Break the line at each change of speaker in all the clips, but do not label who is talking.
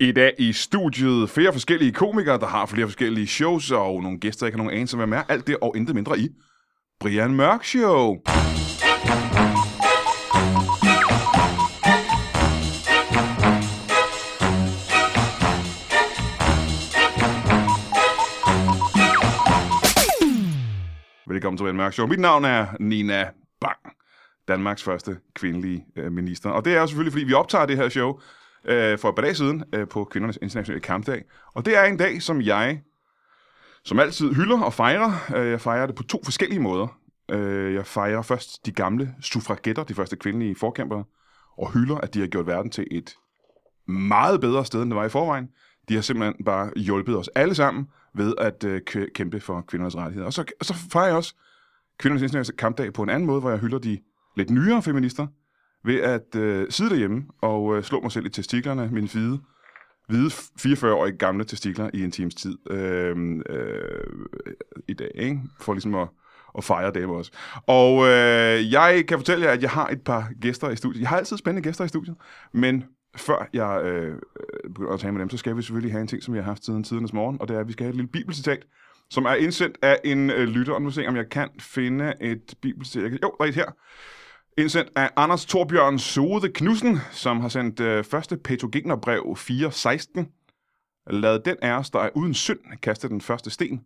I dag i studiet flere forskellige komikere, der har flere forskellige shows, og nogle gæster, jeg ikke har nogen anelse om, hvem er. Alt det og intet mindre i Brian Mørk Show. Velkommen til Brian Mørk Show. Mit navn er Nina Bang, Danmarks første kvindelige øh, minister. Og det er jo selvfølgelig, fordi vi optager det her show øh, for et par dage siden øh, på Kvindernes Internationale Kampdag. Og det er en dag, som jeg som altid hylder og fejrer. Øh, jeg fejrer det på to forskellige måder. Øh, jeg fejrer først de gamle suffragetter, de første kvindelige forkæmpere, og hylder, at de har gjort verden til et meget bedre sted, end det var i forvejen. De har simpelthen bare hjulpet os alle sammen ved at øh, kæ- kæmpe for kvindernes rettigheder. Og så, og så fejrer jeg også kvindernes internationale kampdag på en anden måde, hvor jeg hylder de lidt nyere feminister ved at øh, sidde derhjemme og øh, slå mig selv i testiklerne, mine hvide, hvide 44-årige gamle testikler i en times tid øh, øh, i dag, ikke? for ligesom at, at fejre dem også. Og øh, jeg kan fortælle jer, at jeg har et par gæster i studiet. Jeg har altid spændende gæster i studiet, men før jeg øh, øh, begynder at tale med dem, så skal vi selvfølgelig have en ting, som jeg har haft siden tidernes morgen, og det er, at vi skal have et lille bibelcitat, som er indsendt af en øh, lytter, og nu skal jeg se, om jeg kan finde et bibelcitat. Jo, der er et her. Indsendt af Anders Torbjørn Sode Knudsen, som har sendt øh, første petogenerbrev 4.16. Lad den af os, der er uden synd, kaste den første sten.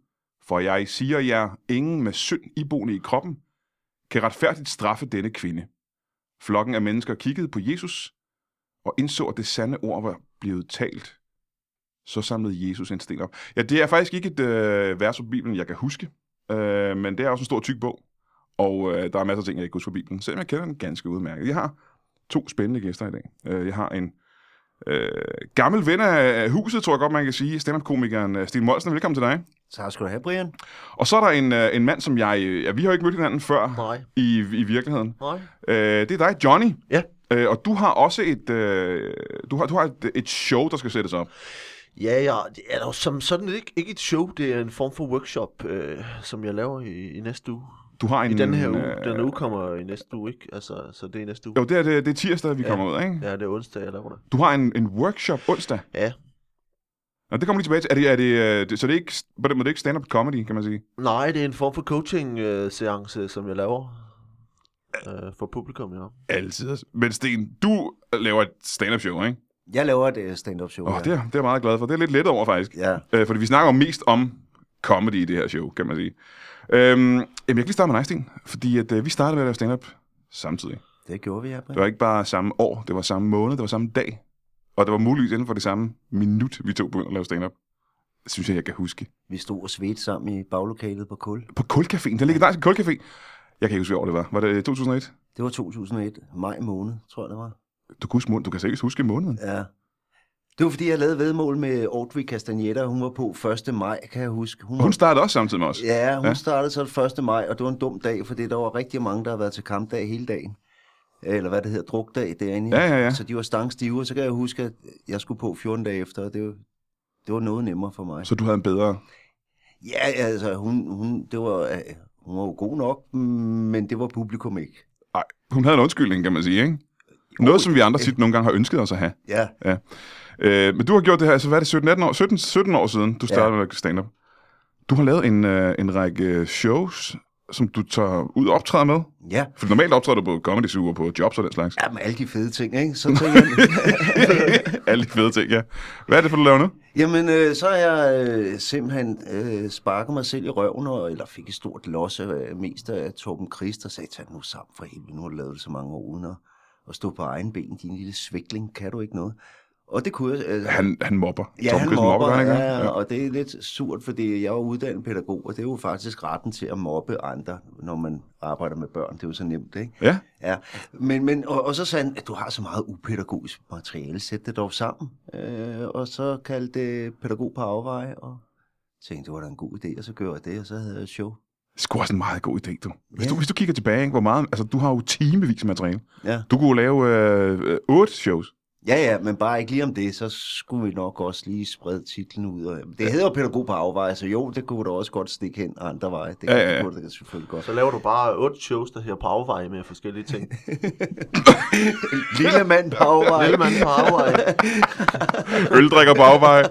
For jeg siger jer, ingen med synd iboende i kroppen, kan retfærdigt straffe denne kvinde. Flokken af mennesker kiggede på Jesus, og indså, at det sande ord var blevet talt. Så samlede Jesus en sten op. Ja, det er faktisk ikke et øh, vers fra Bibelen, jeg kan huske, øh, men det er også en stor tyk bog, og øh, der er masser af ting, jeg ikke husker fra Bibelen, selvom jeg kender den ganske udmærket. Jeg har to spændende gæster i dag. Øh, jeg har en øh, gammel ven af huset, tror jeg godt, man kan sige, stand-up-komikeren øh, Stine Molsen. Velkommen til dig.
Tak skal du have, Brian.
Og så er der en, øh, en mand, som jeg... øh, Ja, vi har jo ikke mødt hinanden før
Nej.
i, i virkeligheden.
Nej.
Øh, det er dig, Johnny.
Ja.
Øh, og du har også et, øh, du har, du har et, et show, der skal sættes op.
Ja, ja, det er jo som sådan ikke, ikke et show, det er en form for workshop, øh, som jeg laver i, i næste uge.
Du har en,
I den her uge.
øh,
Den her uge kommer i næste uge, ikke? Altså, så det er i næste uge.
Jo, det er, det, det er tirsdag, vi ja. kommer ud, ikke?
Ja, det er onsdag, jeg laver det.
Du har en, en workshop onsdag.
Ja.
Nå, det kommer vi lige tilbage til. Er det, er det, øh, det, så det er ikke, på den måde, det er ikke stand-up comedy, kan man sige.
Nej, det er en form for coaching-seance, som jeg laver. Øh, for publikum, ja.
Altid. Men Sten, du laver et stand-up show, ikke?
Jeg laver et øh, stand-up show.
Åh, oh,
ja.
det, er, det er jeg meget glad for. Det er lidt let over, faktisk.
Ja.
Øh, fordi vi snakker jo mest om comedy i det her show, kan man sige. Øhm, jamen, jeg kan lige starte med dig, Sten, fordi at, øh, vi startede med at lave stand-up samtidig.
Det gjorde vi, ja.
Det var ikke bare samme år, det var samme måned, det var samme dag. Og det var muligvis inden for det samme minut, vi to begyndte at lave stand-up. Det synes jeg, jeg kan huske.
Vi stod og svedte sammen i baglokalet på kul.
På Kulcaféen, den legendariske Kulcafé. Jeg kan ikke huske, hvor det var. Var det øh, 2001?
Det var 2001, maj måned, tror jeg det var.
Du kan, huske, måneden. du kan seriøst huske måneden.
Ja. Det var fordi, jeg lavede vedmål med Audrey Castaneda. Hun var på 1. maj, kan jeg huske. var-
Hun startede også samtidig med os.
Ja, hun
Ja.
ja. startede så den 1. maj, og det var en dum dag, fordi der var rigtig mange, der havde været til kampdag hele dagen. Øh, Eller hvad det hedder, drukdag derinde.
Ja, ja, ja.
Så de var stangstive, og så kan jeg huske, at jeg skulle på 14 dage efter, og det var, det var noget nemmere for mig.
Så du havde en bedre...
Ja, altså, hun, hun, det var, øh, hun var jo god nok, men det var publikum ikke.
Ej, hun havde en undskyldning, kan man sige, ikke? Noget, som vi andre tit nogle gange har ønsket os at have.
Ja,
Øh, men du har gjort det her, altså hvad er det, 17, 18 år, 17, 17 år siden, du startede med stand-up. Du har lavet en, øh, en række øh, shows, som du tager ud og optræder med.
ja.
For normalt optræder du på comedy Zoo og på jobs og den slags.
Jamen, alle de fede ting, ikke? Så tænker jeg,
Alle de fede ting, ja. Hvad er det for, du laver nu?
jamen, øh, så har jeg øh, simpelthen øh, sparket mig selv i røven, og, eller fik et stort loss af, øh, mest af Torben Christ, og sagde, tag nu sammen for helvede, nu har du lavet det så mange år uden at, at stå på egen ben, din lille svikling, kan du ikke noget? Og det kunne jeg... Øh,
Han, han mobber.
Ja,
Torben
han
Chris
mobber, mobber
han
ja,
ikke det?
ja, og det er lidt surt, fordi jeg er jo uddannet pædagog, og det er jo faktisk retten til at mobbe andre, når man arbejder med børn. Det er jo så nemt, ikke?
ja. ja.
Ja, men, men og, og så sagde han, at du har så meget upædagogisk materiale, sæt det dog sammen. Øh, og så kaldte det pædagog på afveje, og tænkte, det var da en god idé, og så gjorde jeg det, og så havde jeg et show.
Det er sgu også en meget god idé, du. Hvis,
Ja.
du, hvis du kigger tilbage, ikke, hvor meget... Altså, du har jo timevis af materiale.
Ja.
Du kunne jo lave øh, øh, otte shows.
Ja, ja, men bare ikke lige om det, så skulle vi nok også lige sprede titlen ud. Og, det hedder jo pædagog på afveje, så jo, det kunne da også godt stikke hen andre veje. Det,
Ja,
ja,
ja,
ja.
ja.
det kunne det selvfølgelig godt.
Så laver du bare otte shows, der her på afveje med forskellige ting.
Lille mand på afveje.
Lille mand på afveje,
Øldrikker på afveje.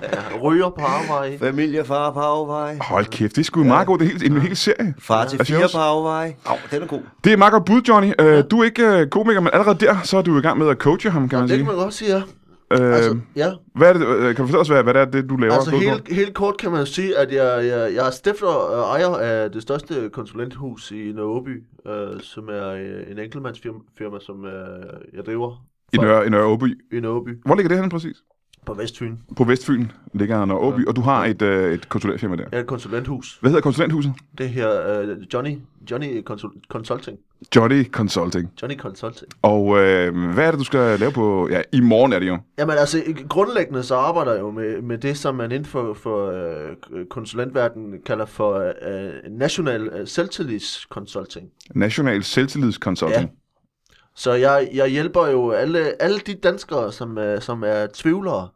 ryger på afveje.
Familiefar på afveje.
Hold kæft, det er sgu en meget god, det er helt, en hel serie.
Far til
Ja.
fire på afveje. Au, den er god.
Det er meget godt bud, Johnny. Øh, du er ikke øh, komiker, men allerede der, så er du i gang med at coache ham, kan man
Det kan
sige.
man godt sige, ja.
Øh,
Altså, ja.
Hvad er det, øh, kan du fortælle os, hvad, hvad det er, det, du laver?
Altså
Gå ud på?
helt, helt kort kan man jo sige, at jeg, jeg, jeg er stifter og ejer af det største konsulenthus i Nørreby, øh, som er øh, en enkeltmandsfirma, firma, som øh, jeg driver
I Nørre, i Nørre Åby.
i Nørreby
Hvor ligger det henne præcis?
på Vestfyn.
På Vestfyn ligger Nørre Åby, og du har et, øh, et konsulentfirma der.
Jeg er et konsulenthus.
Hvad hedder konsulenthuset?
Det her øh, Johnny, Johnny Consul- Consulting.
Johnny Consulting.
Johnny Consulting.
Og øh, hvad er det, du skal lave på... Ja, i morgen er det jo.
Jamen altså, i- grundlæggende så arbejder jeg jo med, med det, som man inden for, for øh, k- konsulentverdenen kalder for øh, national øh, selvtillidskonsulting.
National Selvtillidskonsulting.
Så jeg, jeg hjælper jo alle, alle de danskere, som, øh, som er tvivlere,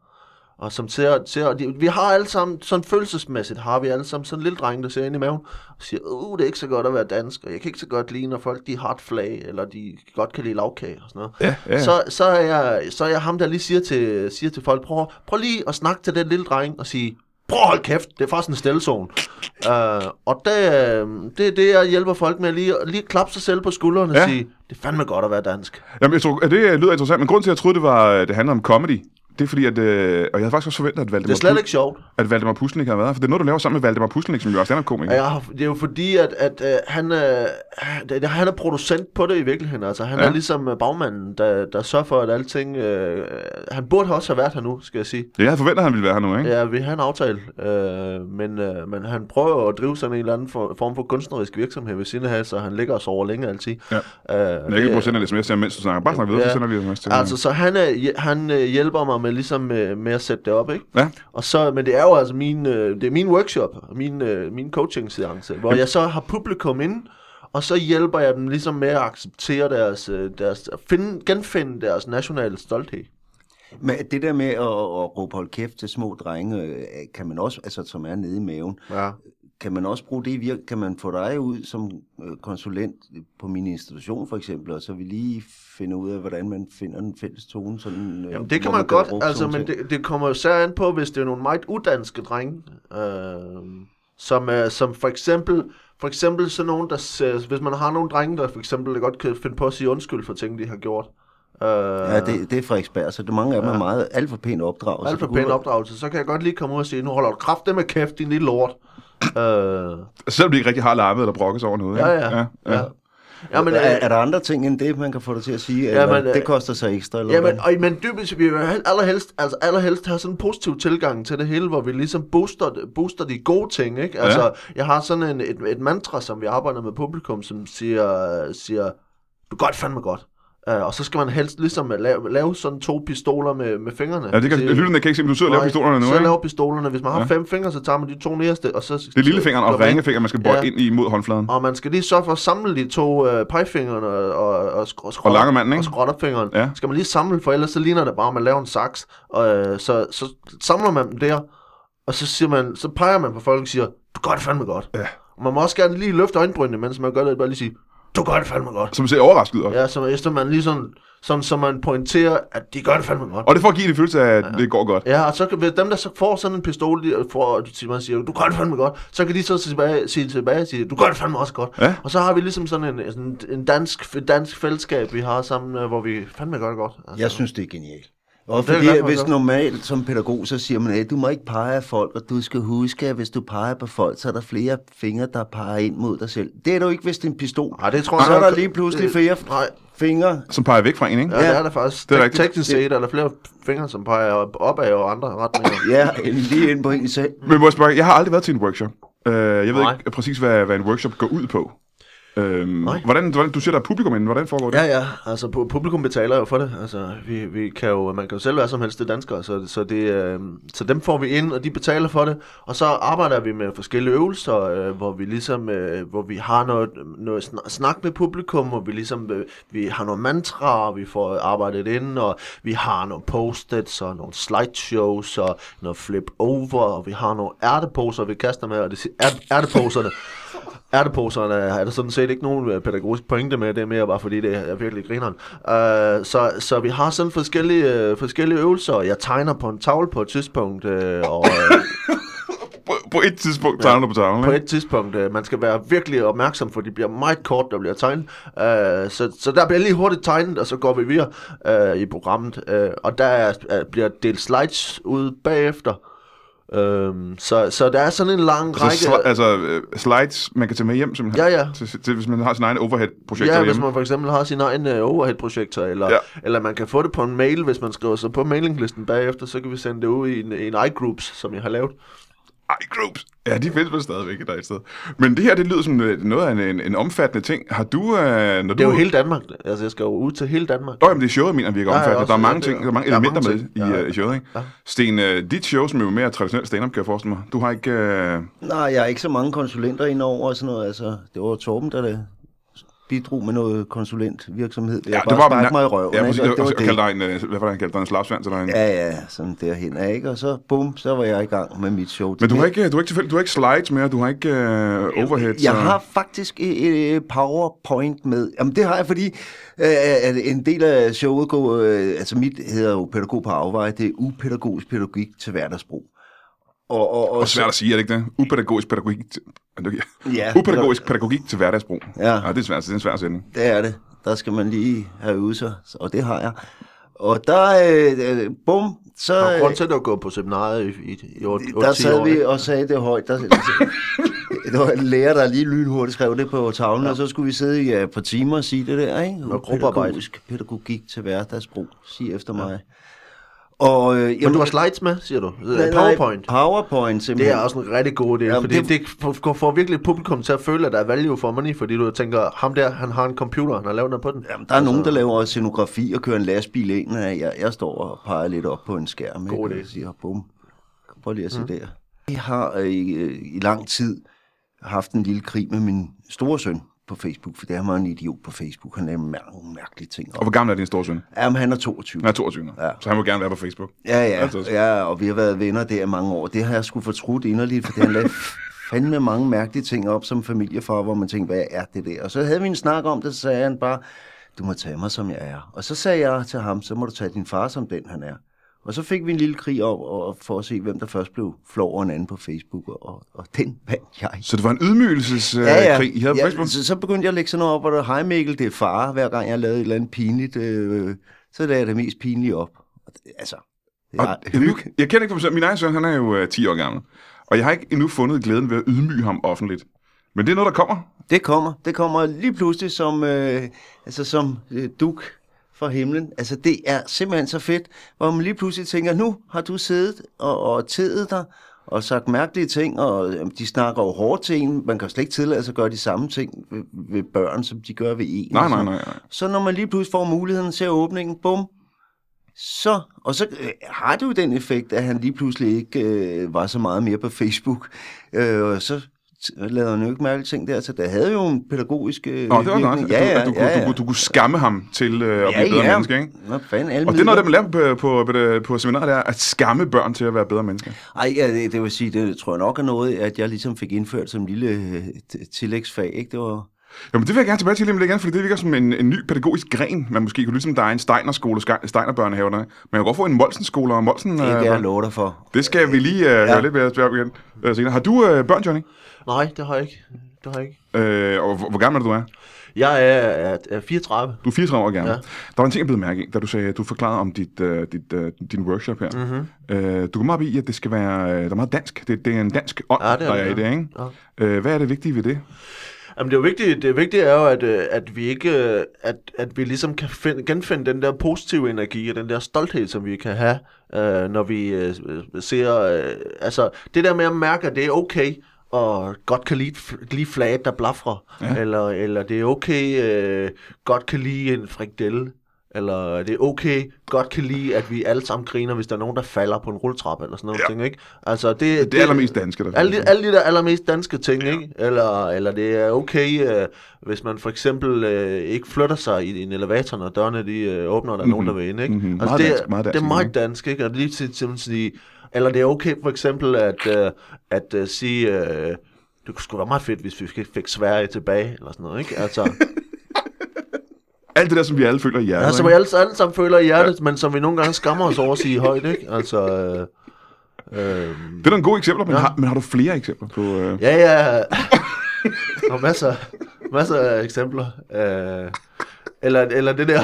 og som ser, ser de, vi har alle sammen, sådan følelsesmæssigt har vi alle sammen sådan en lille dreng, der ser ind i maven, og siger, uh, det er ikke så godt at være dansk, og jeg kan ikke så godt lide, når folk de er hard flag, eller de godt kan lide lavkage og sådan noget.
Ja, ja.
Så, så, er jeg, så er jeg ham, der lige siger til, siger til folk, prøv, prøv lige at snakke til den lille dreng og sige, prøv at holde kæft, det er faktisk en stillezone. Uh, og det, øh, det er det, jeg hjælper folk med, lige, lige at klappe sig selv på skulderen og
Ja.
ja. sige, det er fandme godt at være dansk.
Jamen, jeg tror, at det øh, lyder interessant, men grunden til, at jeg troede, det, var, øh, det handler om comedy, det er fordi, at... Øh, og jeg havde faktisk også forventet, at
Det er
Valdemar,
slet ikke sjovt.
at Valdemar Puslenik havde været her, for det er noget, du laver sammen med Valdemar Puslenik, som jo er stand-up-komiker.
Og Jeg har, det er jo fordi, at, at øh, han, øh, han- det- han er producent på det i virkeligheden. Altså, han
Ja.
ja. er ligesom øh, bagmanden, der, der sørger for, at alting... Øh, han burde også have været her nu, skal jeg sige.
Ja, jeg havde forventet, at han ville være her nu, ikke?
Ja, vi har en aftale, øh, men, øh, men han prøver at drive sådan en eller anden for, form for kunstnerisk virksomhed ved siden af, så han ligger os over længe altid.
Ja.
Øh,
Men jeg kan ikke
det-
prøve at sende en sms til ham, mens du snakker. Bare snak videre, så
Ja.
sender vi en sms til ham.
Altså, så han, er, han øh, hjælper mig med, ligesom, med, med at sætte det op, ikke?
Ja.
Og så, men det er jo altså min, øh, det er min workshop, min, øh, min coaching seance, hvor jeg så har publikum inde, og så hjælper jeg dem ligesom med at acceptere deres, øh, deres at finde, genfinde deres nationale stolthed.
Men det der med at, at råbe hold kæft til små drenge, øh, kan man også, altså som er nede i maven,
Ja.
kan man også bruge det i virke, kan man få dig ud som øh, konsulent på min institution for eksempel, og så vi lige finde ud af, hvordan man finder en fælles tone. Sådan, øh,
Jamen, det kan
hvor
man
bruge
godt,
sådan
altså,
nogle
men
ting.
det, det kommer jo særligt an på, hvis det er nogle meget udanske drenge, øh, som, øh, som for eksempel, for eksempel sådan nogen, der, ser- hvis man har nogle drenge, der for eksempel godt kan finde på at sige undskyld for ting, de har gjort. Øh,
Ja, det, det er Frederiksberg, så det mange af dem er meget alt for pænt opdraget.
alt for pæn opdragelse, så kan jeg godt lige komme ud og sige, nu holder du kraft med kæft, din lille lort. øh,
Altså, Selvom de ikke rigtig har larmet eller brokkes over noget.
ja,
ikke?
ja, ja. Ja, men,
Men, er,
øh,
er der andre ting end det, man kan få dig til at sige?
Ja,
Ja, eller,
men, øh,
det koster sig ekstra? Eller
Jamen,
hvordan?
og, men dybest set, vi vil hel- allerhelst, altså allerhelst have sådan en positiv tilgang til det hele, hvor vi ligesom booster, booster de gode ting, ikke? Altså, ja. jeg har sådan en, et, et mantra, som vi arbejder med publikum, som siger, siger du gør det fandme godt. Uh, og så skal man helst ligesom lave, lave sådan to pistoler med, med fingrene.
ja det kan,
Sige,
lytterne kan ikke se, men du sidder og laver
"Nej,
pistolerne nu,
Så
ikke?
laver pistolerne. Hvis man har
Ja.
ja. fem fingre, så tager man de to nederste, og så...
Det er lillefingeren og ringefingeren, man skal bøje
Ja.
ind i mod håndfladen.
Og man skal lige sørge for at samle de to øh, pegefingrene og, og, og, skr- skrotter-
Og langemanden,
og
ikke?
skrotterfingeren.
Ja.
Ja. Skal man lige samle, for ellers så ligner det bare, at man laver en saks. Og, øh, så, så samler man dem der, og så, siger man, så peger man på folk og siger, du gør det fandme godt.
Ja.
Og man må også gerne lige løfte øjenbrynene, mens man gør det, bare lige sige, du gør det fandme godt.
Som ser overrasket ud. også.
Ja, så efter man lige sådan, sådan, så man pointerer, at de gør det fandme godt.
Og det er for at give det følelse af, at det går godt.
Ja, og så kan hvis dem, der så får sådan en pistol, de får, og de- man siger, du gør det fandme godt, så kan de så tilbage, sige tilbage og sige, du gør det fandme også godt.
Ja.
Og så har vi ligesom sådan en, sådan en dansk, et dansk fællesskab, vi har sammen, øh, hvor vi fandme gør det godt. Altså.
Jeg synes, det er genialt. Og
det er
fordi,
jeg glad for,
hvis
så.
normalt som pædagog, så siger man, at du må ikke pege af folk, og du skal huske, at hvis du peger på folk, så er der flere fingre, der peger ind mod dig selv. Det er du ikke, hvis det er en pistol.
Nej, det tror
så er
jeg-
der lige pludselig flere
Øh, Nej,
fingre.
Som peger væk fra en, ikke?
ja, det er der faktisk.
Det
Det
er
er
rigtigt.
Teknisk set er der flere fingre, som peger op- opad og andre retninger.
Ja, end lige ind på en selv.
Men må jeg spørge, jeg har aldrig været til en workshop. Øh, Jeg ved
Nej.
ikke præcis, hvad, hvad en workshop går ud på. Øhm,
Nej.
hvordan, hvordan, du siger, der er publikum inden. Hvordan foregår det?
Ja, ja. Altså, pu- publikum betaler jo for det. Altså, vi, vi kan jo, man kan jo selv være som helst, det er danskere, så, så, det, øh, så dem får vi ind, og de betaler for det. Og så arbejder vi med forskellige øvelser, øh, hvor vi ligesom, øh, hvor vi har noget, noget snak, snak med publikum, hvor vi ligesom, øh, vi har nogle mantraer, vi får arbejdet ind, og vi har nogle post-its, og nogle slideshows, og noget flip-over, og vi har nogle ærteposer, vi kaster med, og det si- ært- ærteposerne. Ærteposerne øh, er der sådan set ikke nogen øh, pædagogisk pointe med, det er mere bare fordi, det er virkelig grineren. Uh, så, så vi har sådan forskellige, øh, forskellige øvelser. Jeg tegner på en tavle på et tidspunkt, øh, og øh,
På, på et tidspunkt tegner du på tavlen,
på
ikke?
et tidspunkt, øh, man skal være virkelig opmærksom, for de bliver meget kort, der bliver tegnet. Uh, så, så der bliver lige hurtigt tegnet, og så går vi videre øh, i programmet. Øh, og der er, er, bliver delt slides ud bagefter. Uh, så, så der er sådan en lang række...
Så sli- altså øh, slides, man kan tage med hjem, simpelthen.
Ja, ja.
Til, til, hvis man har sin egen overhead-projekt
Ja, hvis
derhjemme.
man for eksempel har sin egen øh, overhead-projektor, eller,
Ja.
ja. eller man kan få det på en mail, hvis man skriver sig på mailinglisten bagefter, så kan vi sende det ud i en, i en iGroups, som jeg har lavet.
iGroups. Ja, de findes vel stadigvæk der et sted. Men det her, det lyder som øh, noget af en, en, en omfattende ting. Har du... Øh, når
Det er
du...
jo hele Danmark. Altså, jeg skal jo ud til hele Danmark.
Nå, jamen, det er showet, mener vi ikke
Ja, ja,
omfattende.
også,
der er
ja,
mange
det-
ting, der er mange
der er
elementer
mange
med i,
ting. Ja,
ja,
ja.
i showet, ikke? Ja. Sten, øh, dit show, som er jo mere traditionel stand-up, kan jeg forestille mig. Du har ikke... Øh...
Nej, jeg har ikke så mange konsulenter indover og sådan noget. Altså, det var Torben, der det bidrog med noget konsulentvirksomhed. Jeg bare stak mig i røven.
Ja,
ikke?
præcis.
Og
Det var, og,
var
og kaldte dig en, øh, hvad var det, han kaldte dig? En slapsvand til dig? Ja.
Ja, ja, sådan derhen af, ikke? Og så, bum, så var jeg i gang med mit show.
Men du har ikke, øh, du har ikke, tilfældig, du har ikke slides mere, du har ikke øh, overheads.
Jeg
og-
har faktisk øh, øh, PowerPoint med. Jamen, det har jeg, fordi øh, at en del af showet går... Øh, altså, mit hedder jo Pædagog på afveje. Det er upædagogisk pædagogik til hverdagsbrug. Og, og, og,
Det er svært at sige, er det ikke det? Upædagogisk pædagogik til,
Ja.
Upædagogisk pædagogik til hverdagsbrug.
Ja.
ja det, er svært, det er en svær sætning.
Det er det. Der skal man lige have øvet sig, og det har jeg. Og der, øh, øh, bum, så...
Der er jo
øh,
grund til, at du har gået på seminariet i, i, i, otte-
der
otte- 10
sad
år.
vi
ikke?
og sagde det højt. Der, det var en lærer, der lige lynhurtigt skrev det på tavlen, ja. og så skulle vi sidde i ja, et par timer og sige det der, ikke?
Og gruppearbejde.
Pædagogisk pædagogik til hverdagsbrug, sig efter mig. Og, øh,
Men
jamen,
du har slides med, siger du? Øh,
nej, nej,
PowerPoint?
PowerPoint, simpelthen.
Det er også en rigtig god idé,
Jamen,
fordi det, det får- får virkelig publikum til at føle, at der er value for money, fordi du tænker, ham der, han har en computer, han har lavet noget på den.
Jamen, der er altså, nogen, der laver scenografi og kører en lastbil ind, og jeg, jeg står og peger lidt op på en skærm.
God
ikke,
idé.
Og siger, bum, Kom, prøv lige at se mm. der. Jeg har øh, i, øh, i lang tid haft en lille krig med min store søn på Facebook, for det er mig en idiot på Facebook. Han laver mange mærkelige ting.
Og hvor gammel er din store søn?
Jamen, han er 22.
Han er 22 nu,
Ja.
så han må gerne være på Facebook.
Ja, ja,
Altså-
ja, og vi har været venner der i mange år. Det har jeg sgu fortrudt inderligt, for han lavede fandme mange mærkelige ting op som familiefar, hvor man tænkte, hvad er det der? Og så havde vi en snak om det, så sagde han bare, du må tage mig, som jeg er. Og så sagde jeg til ham, så må du tage din far, som den han er. Og så fik vi en lille krig op og for at se, hvem der først blev flov over en anden på Facebook, og, og den vandt jeg.
Så det var en ydmygelseskrig, ja, ja. I havde på Facebook?
Så, så begyndte jeg at lægge sådan noget op, hvor der, hej Mikkel, det er far, hver gang jeg lavede et eller andet pinligt, øh, så lagde jeg det mest pinlige op. Og det, altså, det
Og
var
jeg,
hygge.
jeg kender ikke for eksempel, min egen søn, han er jo øh, 10 år gammel. Og jeg har ikke endnu fundet glæden ved at ydmyge ham offentligt. Men det er noget, der kommer.
Det kommer. Det kommer lige pludselig som, øh, altså som øh, duk fra himlen. Altså det er simpelthen så fedt, hvor man lige pludselig tænker, nu har du siddet og, og tedet dig og sagt mærkelige ting, og øh, de snakker jo hårdt til en. Man kan jo slet ikke tillade sig at gøre de samme ting ved, ved børn, som de gør ved en. Altså,
Nej, nej, nej. nej.
Så når man lige pludselig får muligheden, ser åbningen, bum, så, og så øh, har det jo den effekt, at han lige pludselig ikke øh, var så meget mere på Facebook. Øh, og så t- lavede han jo ikke mærkelige ting der, så der havde jo en pædagogisk øh,
Nå, det var
virkning.
godt,
Ja, ja,
at du, at du,
ja,
Du, du, du kunne skamme ham til øh, at blive bedre menneske, ikke?
Nå, fanden, alle
Og det er noget,
midler.
det man lærer på, øh, på, på, på seminaret, det er at skamme børn til at være bedre mennesker.
Ej, ja, det, det vil sige, det tror jeg nok er noget, at jeg ligesom fik indført som lille øh, t- tillægsfag, ikke? Det var...
Jamen, det vil jeg gerne tilbage til lige om lidt igen, fordi det virker som en, en ny pædagogisk gren, man måske kunne lytte som, der er en Steiner-skole, Ske- Steiner-børnehave, der er. Man kan godt få en Molsen-skole og Molsen...
Det
øh,
kan jeg
børn.
love dig for.
det skal vi lige øh, ja. høre lidt mere om igen øh, senere. Har du øh, børn, Johnny?
Nej, det har jeg ikke. Det har jeg ikke.
Øh, og hvor, hvor gammel er det, du er?
Jeg er, er, er 34.
Du er 34 år gammel. Ja.
Ja.
Der var en ting, jeg blev mærke i, da du sagde, du forklarede om dit, øh, dit, øh, din workshop her.
Mhm.
Mm-hmm. Øh, du kom op i, at det skal være, øh, der er meget dansk. Det, det er en dansk ånd, ja,
Ja,
det
det
er
er
der
det,
er i
ja.
det, ikke?
Ja.
Øh, hvad er det vigtige ved det?
Jamen det er jo vigtigt, det vigtige er jo, at, øh, at vi ikke, øh, at, at vi ligesom kan find, genfinde den der positive energi og den der stolthed, som vi kan have, øh, når vi øh, øh, ser, øh, altså det der med at mærke, at det er okay og godt kan lide, lide flaget, der blafrer, ja. eller, eller det er okay, øh, godt kan lide en frikdelle, eller det er okay, godt kan lide, at vi alle sammen griner, hvis der er nogen, der falder på en rulletrappe, eller sådan noget
Ja.
ja. ting, ikke? Altså, det, det,
Det er allermest danske, der
alle, de- alle de der allermest danske ting, ja. ikke? Eller, eller det er okay, øh, hvis man for eksempel øh, ikke flytter sig i en elevator, når dørene de, øh, åbner, og der er nogen, der vil ind, ikke?
Mhm.
Altså,
Meget
det, er-
dansk, meget dansk, Mhm.
det er meget
ikke?
dansk, ikke? Og lige til simpelthen sige, eller det er okay for eksempel at, øh, at øh, sige, øh, det skulle være meget fedt, hvis vi fik- fik Sverige tilbage, eller sådan noget, ikke? Altså,
Alt det der, som vi alle føler i hjertet.
Ja, som altså, vi
ikke?
alle, alle sammen føler i hjertet, ja. men som vi nogle gange skammer os over at sige højt, ikke? Altså, øh, øh,
Det er da en god eksempel, men, ja.
Ja.
har, men har du flere eksempler på... Øh...
ja, ja. Der er masser, masser af eksempler. Øh, eller, eller det der...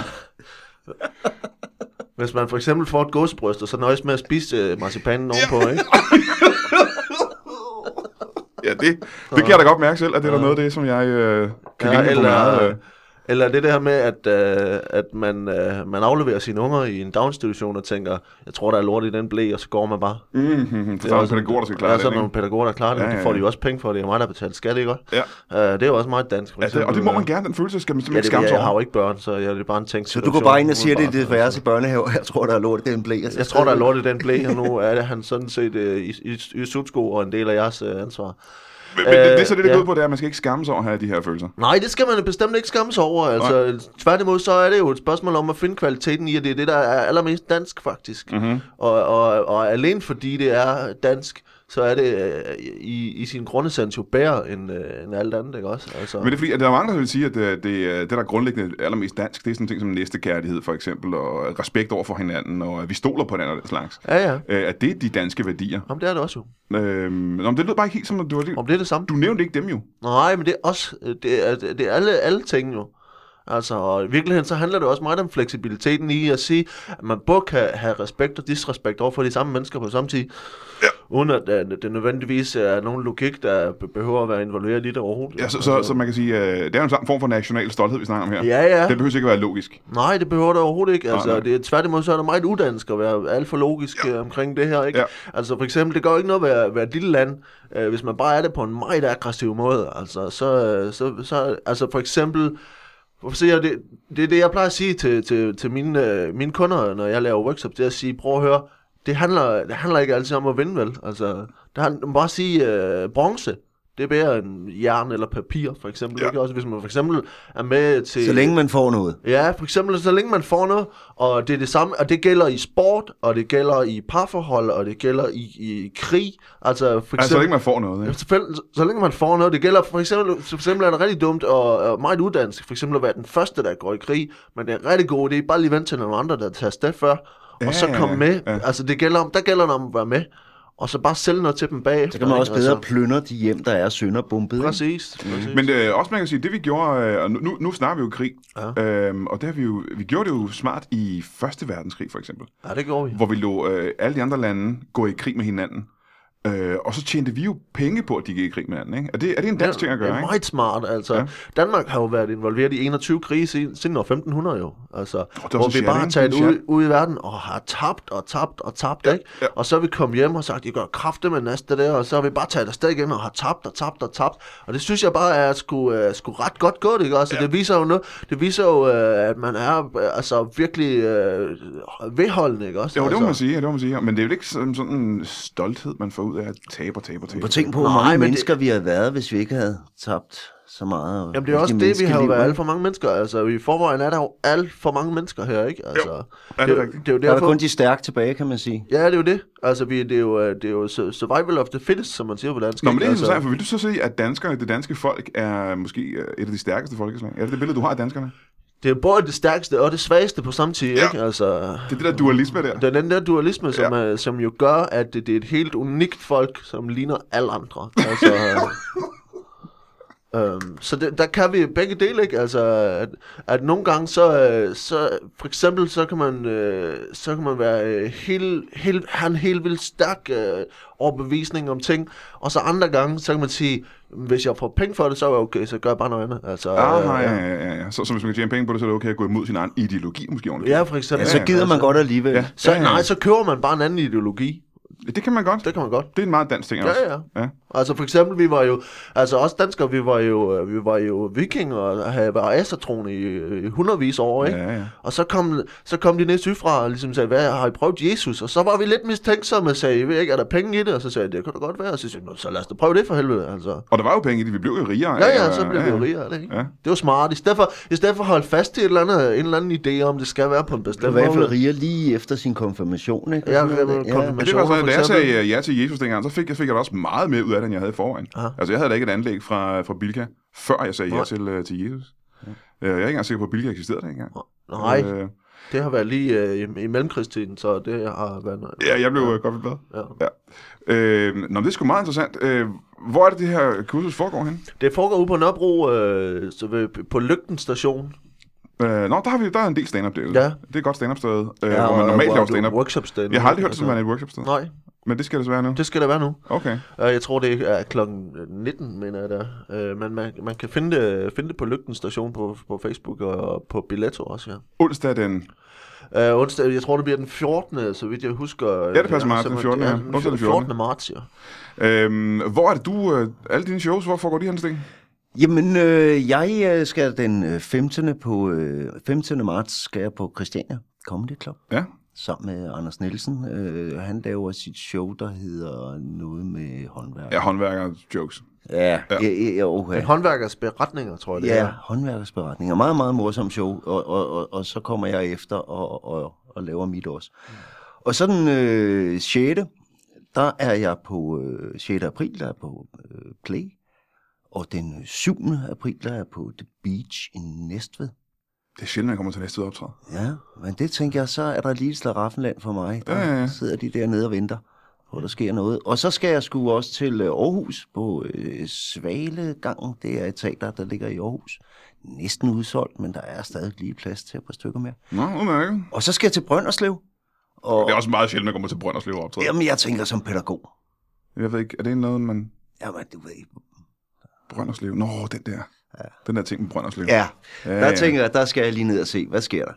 Hvis man for eksempel får et gåsebryst, og så nøjes med at spise øh, marcipanen ovenpå, ikke?
Ja, det, det kan jeg da godt mærke selv, at det er der noget af det, som jeg øh, kan ja,
Ja,
eller... meget.
eller,
Øh.
eller det der med, at, øh, at man, øh, man afleverer sine unger i en daginstitution og tænker, jeg tror, der er lort i den blæ, og så går man bare.
Mm-hmm, for der er også
også-
pædagoger, der skal klare
ja,
det.
så er der nogle pædagoger, der klarer det,
Ja,
ja,
ja,
det får de
ja.
jo også penge for. Det er mig, der har betalt skat, ikke?
Ja.
Uh, det er jo også meget dansk. For øh,
Altså, og det må man gerne, den følelse skal man
Ja,
simpelthen
det,
ikke skamme
jeg,
sig
jeg har
over.
jo ikke børn, så jeg vil bare en tænkt
Så du går bare ind og siger, det er det værste børnehave, jeg tror, der er lort i den blæ. og så-
Jeg tror, der er lort i den blæ, og nu er det, han sådan set øh, i, i, i subsko og en del af jeres øh, ansvar.
Men, men det, det, er så det, det
Øh,
går
ja.
ud på, det er, at man skal ikke skamme sig over at have de her følelser.
Nej, det skal man bestemt ikke skamme sig over. Altså, tværtimod, så er det jo et spørgsmål om at finde kvaliteten i, at det er det, der er allermest dansk, faktisk.
Mhm.
Mm-hmm. Og, og, og alene fordi det er dansk, så er det øh, i, i sin grundessens jo bedre end, øh, end alt andet, ikke også? Altså,
Men det er fordi, at der er mange, der vil sige, at det, det, er- det der er grundlæggende allermest dansk, det er sådan ting som næstekærlighed for eksempel, og respekt over for hinanden, og at vi stoler på hinanden og den slags.
Ja, ja.
Øh, at det er de danske værdier.
Jamen, det er det også jo.
Øh, nå, men det lød bare ikke helt som, at du, var lige-
Om det er det samme.
du nævnte ikke dem jo.
Nej, men det er også, øh, det er, det er alle, alle ting jo. Altså, og i virkeligheden så handler det også meget om fleksibiliteten i at sige, at man både kan have respekt og disrespekt over for de samme mennesker på samme tid, ja. uden at øh, det nødvendigvis er nogen logik, der be- behøver at være involveret i det overhovedet.
Ja, så, så, så man kan sige, øh, det er jo en samme form for national stolthed, vi snakker om her.
ja, ja.
Det behøver ikke at være logisk.
Nej, det behøver det overhovedet ikke. Altså,
nej.
det er, tværtimod så er det meget udansk at være alt for logisk ja. omkring det her. Ikke?
Ja.
Ja. Altså for eksempel, det gør jo ikke noget at være, være et lille land, øh, hvis man bare er det på en meget aggressiv måde. Altså, så, øh, så, så, altså for eksempel, hvorfor siger jeg det, det er det, jeg plejer at sige til, til, til mine, øh, mine kunder, når jeg laver workshops, det er at sige, prøv at høre, det handler, det handler ikke altid om at vinde, vel? Altså, der handler, man må bare sige øh, bronze. Det er bedre end jern eller papir, for eksempel.
Ja.
Ja. Ikke? Også hvis man for eksempel er med til...
Så længe man får noget.
Ja, for eksempel så længe man får noget, og det er det samme, og det gælder i sport, og det gælder i parforhold, og det gælder i, i krig. Altså
Altså, så
for
længe
eksempel,
man får noget. Ikke?
altså, så, så længe man får noget, det gælder for eksempel, for eksempel er det rigtig dumt og, og meget uddansk, for eksempel at være den første, der går i krig, men det er en rigtig god idé, bare lige vente til nogle andre, der tager sted før, og
Ja,
så
ja,
komme
ja.
med.
Ja.
Altså det gælder om, der gælder det om at være med, og så bare sælge noget til dem bag. Altså,
Så kan man også bedre plyndre de hjem, der er sønderbumpet. ikke?
Præcis, præcis.
Men øh, også man kan sige, det vi gjorde, øh, og nu, nu, nu snakker vi jo krig, ja.
Ja.
øhm, og det har vi jo, vi gjorde det jo smart i Første Verdenskrig for eksempel,
Ja, det gjorde vi.
hvor vi lå øh, alle de andre lande gå i krig med hinanden, øh, og så tjente vi jo penge på, at de gik i krig med hinanden. Ikke? Er, det, er det en dansk ting at
Det
gøre?
er
Ikke?
meget smart, altså.
Ja.
Ja. Danmark har jo været involveret i 21 krige siden, siden år 1500 jo, altså.
var
hvor
så
vi bare har
sjældent, det
taget
er
ud,
sjældent.
ud i verden og har tabt og tabt og tabt, ja. ikke?
ja.
Og så er vi kommet hjem og sagt, I gør krafte med næste der, og så har vi bare taget afsted igen og har tabt og tabt og tabt. Og det synes jeg bare er sgu, øh, sgu ret godt gået, ikke? Altså, ja. det viser jo noget, det viser jo, øh, at man er øh, altså virkelig øh, vedholdende, ikke også?
Jo,
altså,
det må man sige, ja, det må man sige. ja. Men det er jo ikke sådan, sådan en stolthed, man får ud af at tabe og tabe og
Prøv
tabe.
at tænke på, hvor
Nej,
mange
men det-
mennesker vi havde været, hvis vi ikke havde tabt så meget. Altså, og
Jamen det er også
hvilke
det, vi har jo
menneskeliv,
været alt
ikke?
for mange mennesker. Altså i forvejen er der jo alt for mange mennesker her, ikke? Altså, jo,
er det rigtigt?
Det er jo
Der er der
derfor,
kun de stærke tilbage, kan man sige.
Ja, det er jo det. Altså, vi, det, er jo, øh, det er jo su- survival of the fittest, som man siger på dansk.
Nå, men
ikke?
det er
altså,
interessant, for vil du så sige, at danskerne, det danske folk, er måske øh, et af de stærkeste folkeslag? Er det det billede, du har af danskerne?
det er både det stærkeste og det svageste på samme tid,
Ja.
ja. ikke? Altså,
Det er det der dualisme der.
det er den der dualisme, som, ja. øh, som jo gør, at det, det er et helt unikt folk, som ligner alle andre. Altså, øh, øhm, så det, der kan vi begge dele, ikke? Altså, at, at nogle gange så, øh, så, for eksempel, så kan man, øh, så kan man være øh, helt, helt, have en helt vildt stærk øh, overbevisning om ting, og så andre gange, så kan man sige, hvis jeg får penge for det, så er jeg okay, så gør jeg bare noget andet. Altså,
Ah,
øh,
ja, ja, ja, ja. Så, så hvis man kan tjene penge på det, så er det okay at gå imod sin egen ideologi måske ordentligt.
ja, for eksempel.
altså. Ja, så gider man godt alligevel.
Ja.
Så,
Ja, ja.
nej, så kører man bare en anden ideologi.
Det kan man godt.
Det kan man godt.
Det er en meget dansk ting
Ja,
også.
ja.
ja.
Altså for eksempel, vi var jo, altså også danskere, vi var jo, øh, vi var jo vikinger og havde været asatrone i, i hundredvis af år, ikke?
Ja, ja.
Og så kom, så kom de ned sygefra og ligesom sagde, hvad har I prøvet Jesus? Og så var vi lidt mistænksomme og sagde, "Jeg ved ikke, er der penge i det? Og så sagde jeg, det kan da godt være. Og så sagde jeg, "Nå, så lad os da prøve det for helvede, altså.
Og der var jo penge i det. Vi blev jo rigere.
Ja,
af
ja,
at-
så blev vi jo rigere af det, ikke?
Ja.
Det var smart. I stedet for, i stedet for at holde fast i et eller andet, en eller anden idé om, det skal være på en
Det
bestemt
var i hvert fald
måde.
riger lige efter sin konfirmation, ikke? Og
Ja,
sådan noget
vel,
der.
Men det var
Sjovere,
så,
for
da jeg
eksempel.
sagde øh, ja til Jesus dengang, så fik jeg, fik jeg da også meget mere ud af det, end jeg havde i forvejen.
Aha.
Altså, jeg havde da ikke et anlæg fra, fra Bilka, før jeg sagde ja
Nej.
til, øh, til Jesus. Øh, Jeg er ikke engang sikker på, at Bilka eksisterede dengang.
Nej,
Øh,
det har været lige øh, i, i mellemkrigstiden, så det har været noget.
Ja, jeg blev øh, godt bedre.
Ja.
Ja. Øh, nå, men det er sgu meget interessant. Øh, hvor er det, det her kursus foregår hen?
Det foregår ude på Nørrebro, øh, så ved, på Lygten station.
Øh, nå, der, har vi, der er en del stand-up derude.
Ja.
Det er et godt stand-up sted, øh,
Ja,
hvor man
og-
normalt
og-
laver
Det er
stand-up.
workshopstand.
Jeg har aldrig hørt, at
Altså,
man er et workshop-sted.
Nej,
Men det skal det så være nu.
det skal der være nu.
Okay.
Øh, Jeg tror, det er kl. 19, mener jeg der. Øh, Men man, man kan finde det, finde det på Lygten station på, på Facebook og på Billetto også, ja.
Onsdag den...
Øh, onsdag, jeg tror, det bliver den 14., så vidt jeg husker.
det passer meget, den 14., ja. Onsdag den
Onsdag den
14.
14. marts, ja.
Øh, hvor er det, du... Øh, alle dine shows, hvor foregår de her ting?
Jamen, øh, jeg øh, skal den øh, 15. på øh, 15. marts skal jeg på Christiania Comedy Club
Ja.
sammen med Anders Nielsen. Øh, han laver sit show, der hedder noget med håndværk.
Ja, håndværker jokes.
ja. ja. ja, ja,
En
okay.
håndværkers beretninger, tror jeg, det
ja
er.
håndværkersberetninger. Meget, meget morsom show, og, og, og, og så kommer jeg efter og, og, og laver mit også. Og så den øh, 6. Der er jeg på øh, 6. april, der er jeg på øh, Play. Og den 7. april, der er jeg på The Beach i Næstved.
Det er sjældent, jeg kommer til næste optræde.
Ja, men det tænker jeg, så er der lige et slaraffenland for mig. Der
Ja,
ja,
ja, ja.
ja. sidder de dernede og venter, hvor der sker noget. Og så skal jeg sgu også til øh, Aarhus på øh, Svalegangen. Det er et teater, der ligger i Aarhus. Næsten udsolgt, men der er stadig lige plads til et par stykker mere.
Nå, udmærket.
Og så skal jeg til Brønderslev. Og,
Det er også meget sjældent, jeg kommer til Brønderslev og optræde.
Jamen, jeg tænker som pædagog.
Jeg ved ikke, er det noget, man...
Jamen, du ved.
Brønderslev? Nå, den der. Ja. Den der ting med Brønderslev.
Ja,
Ja,
der
ja.
tænker jeg, der skal jeg lige ned og se, hvad sker der?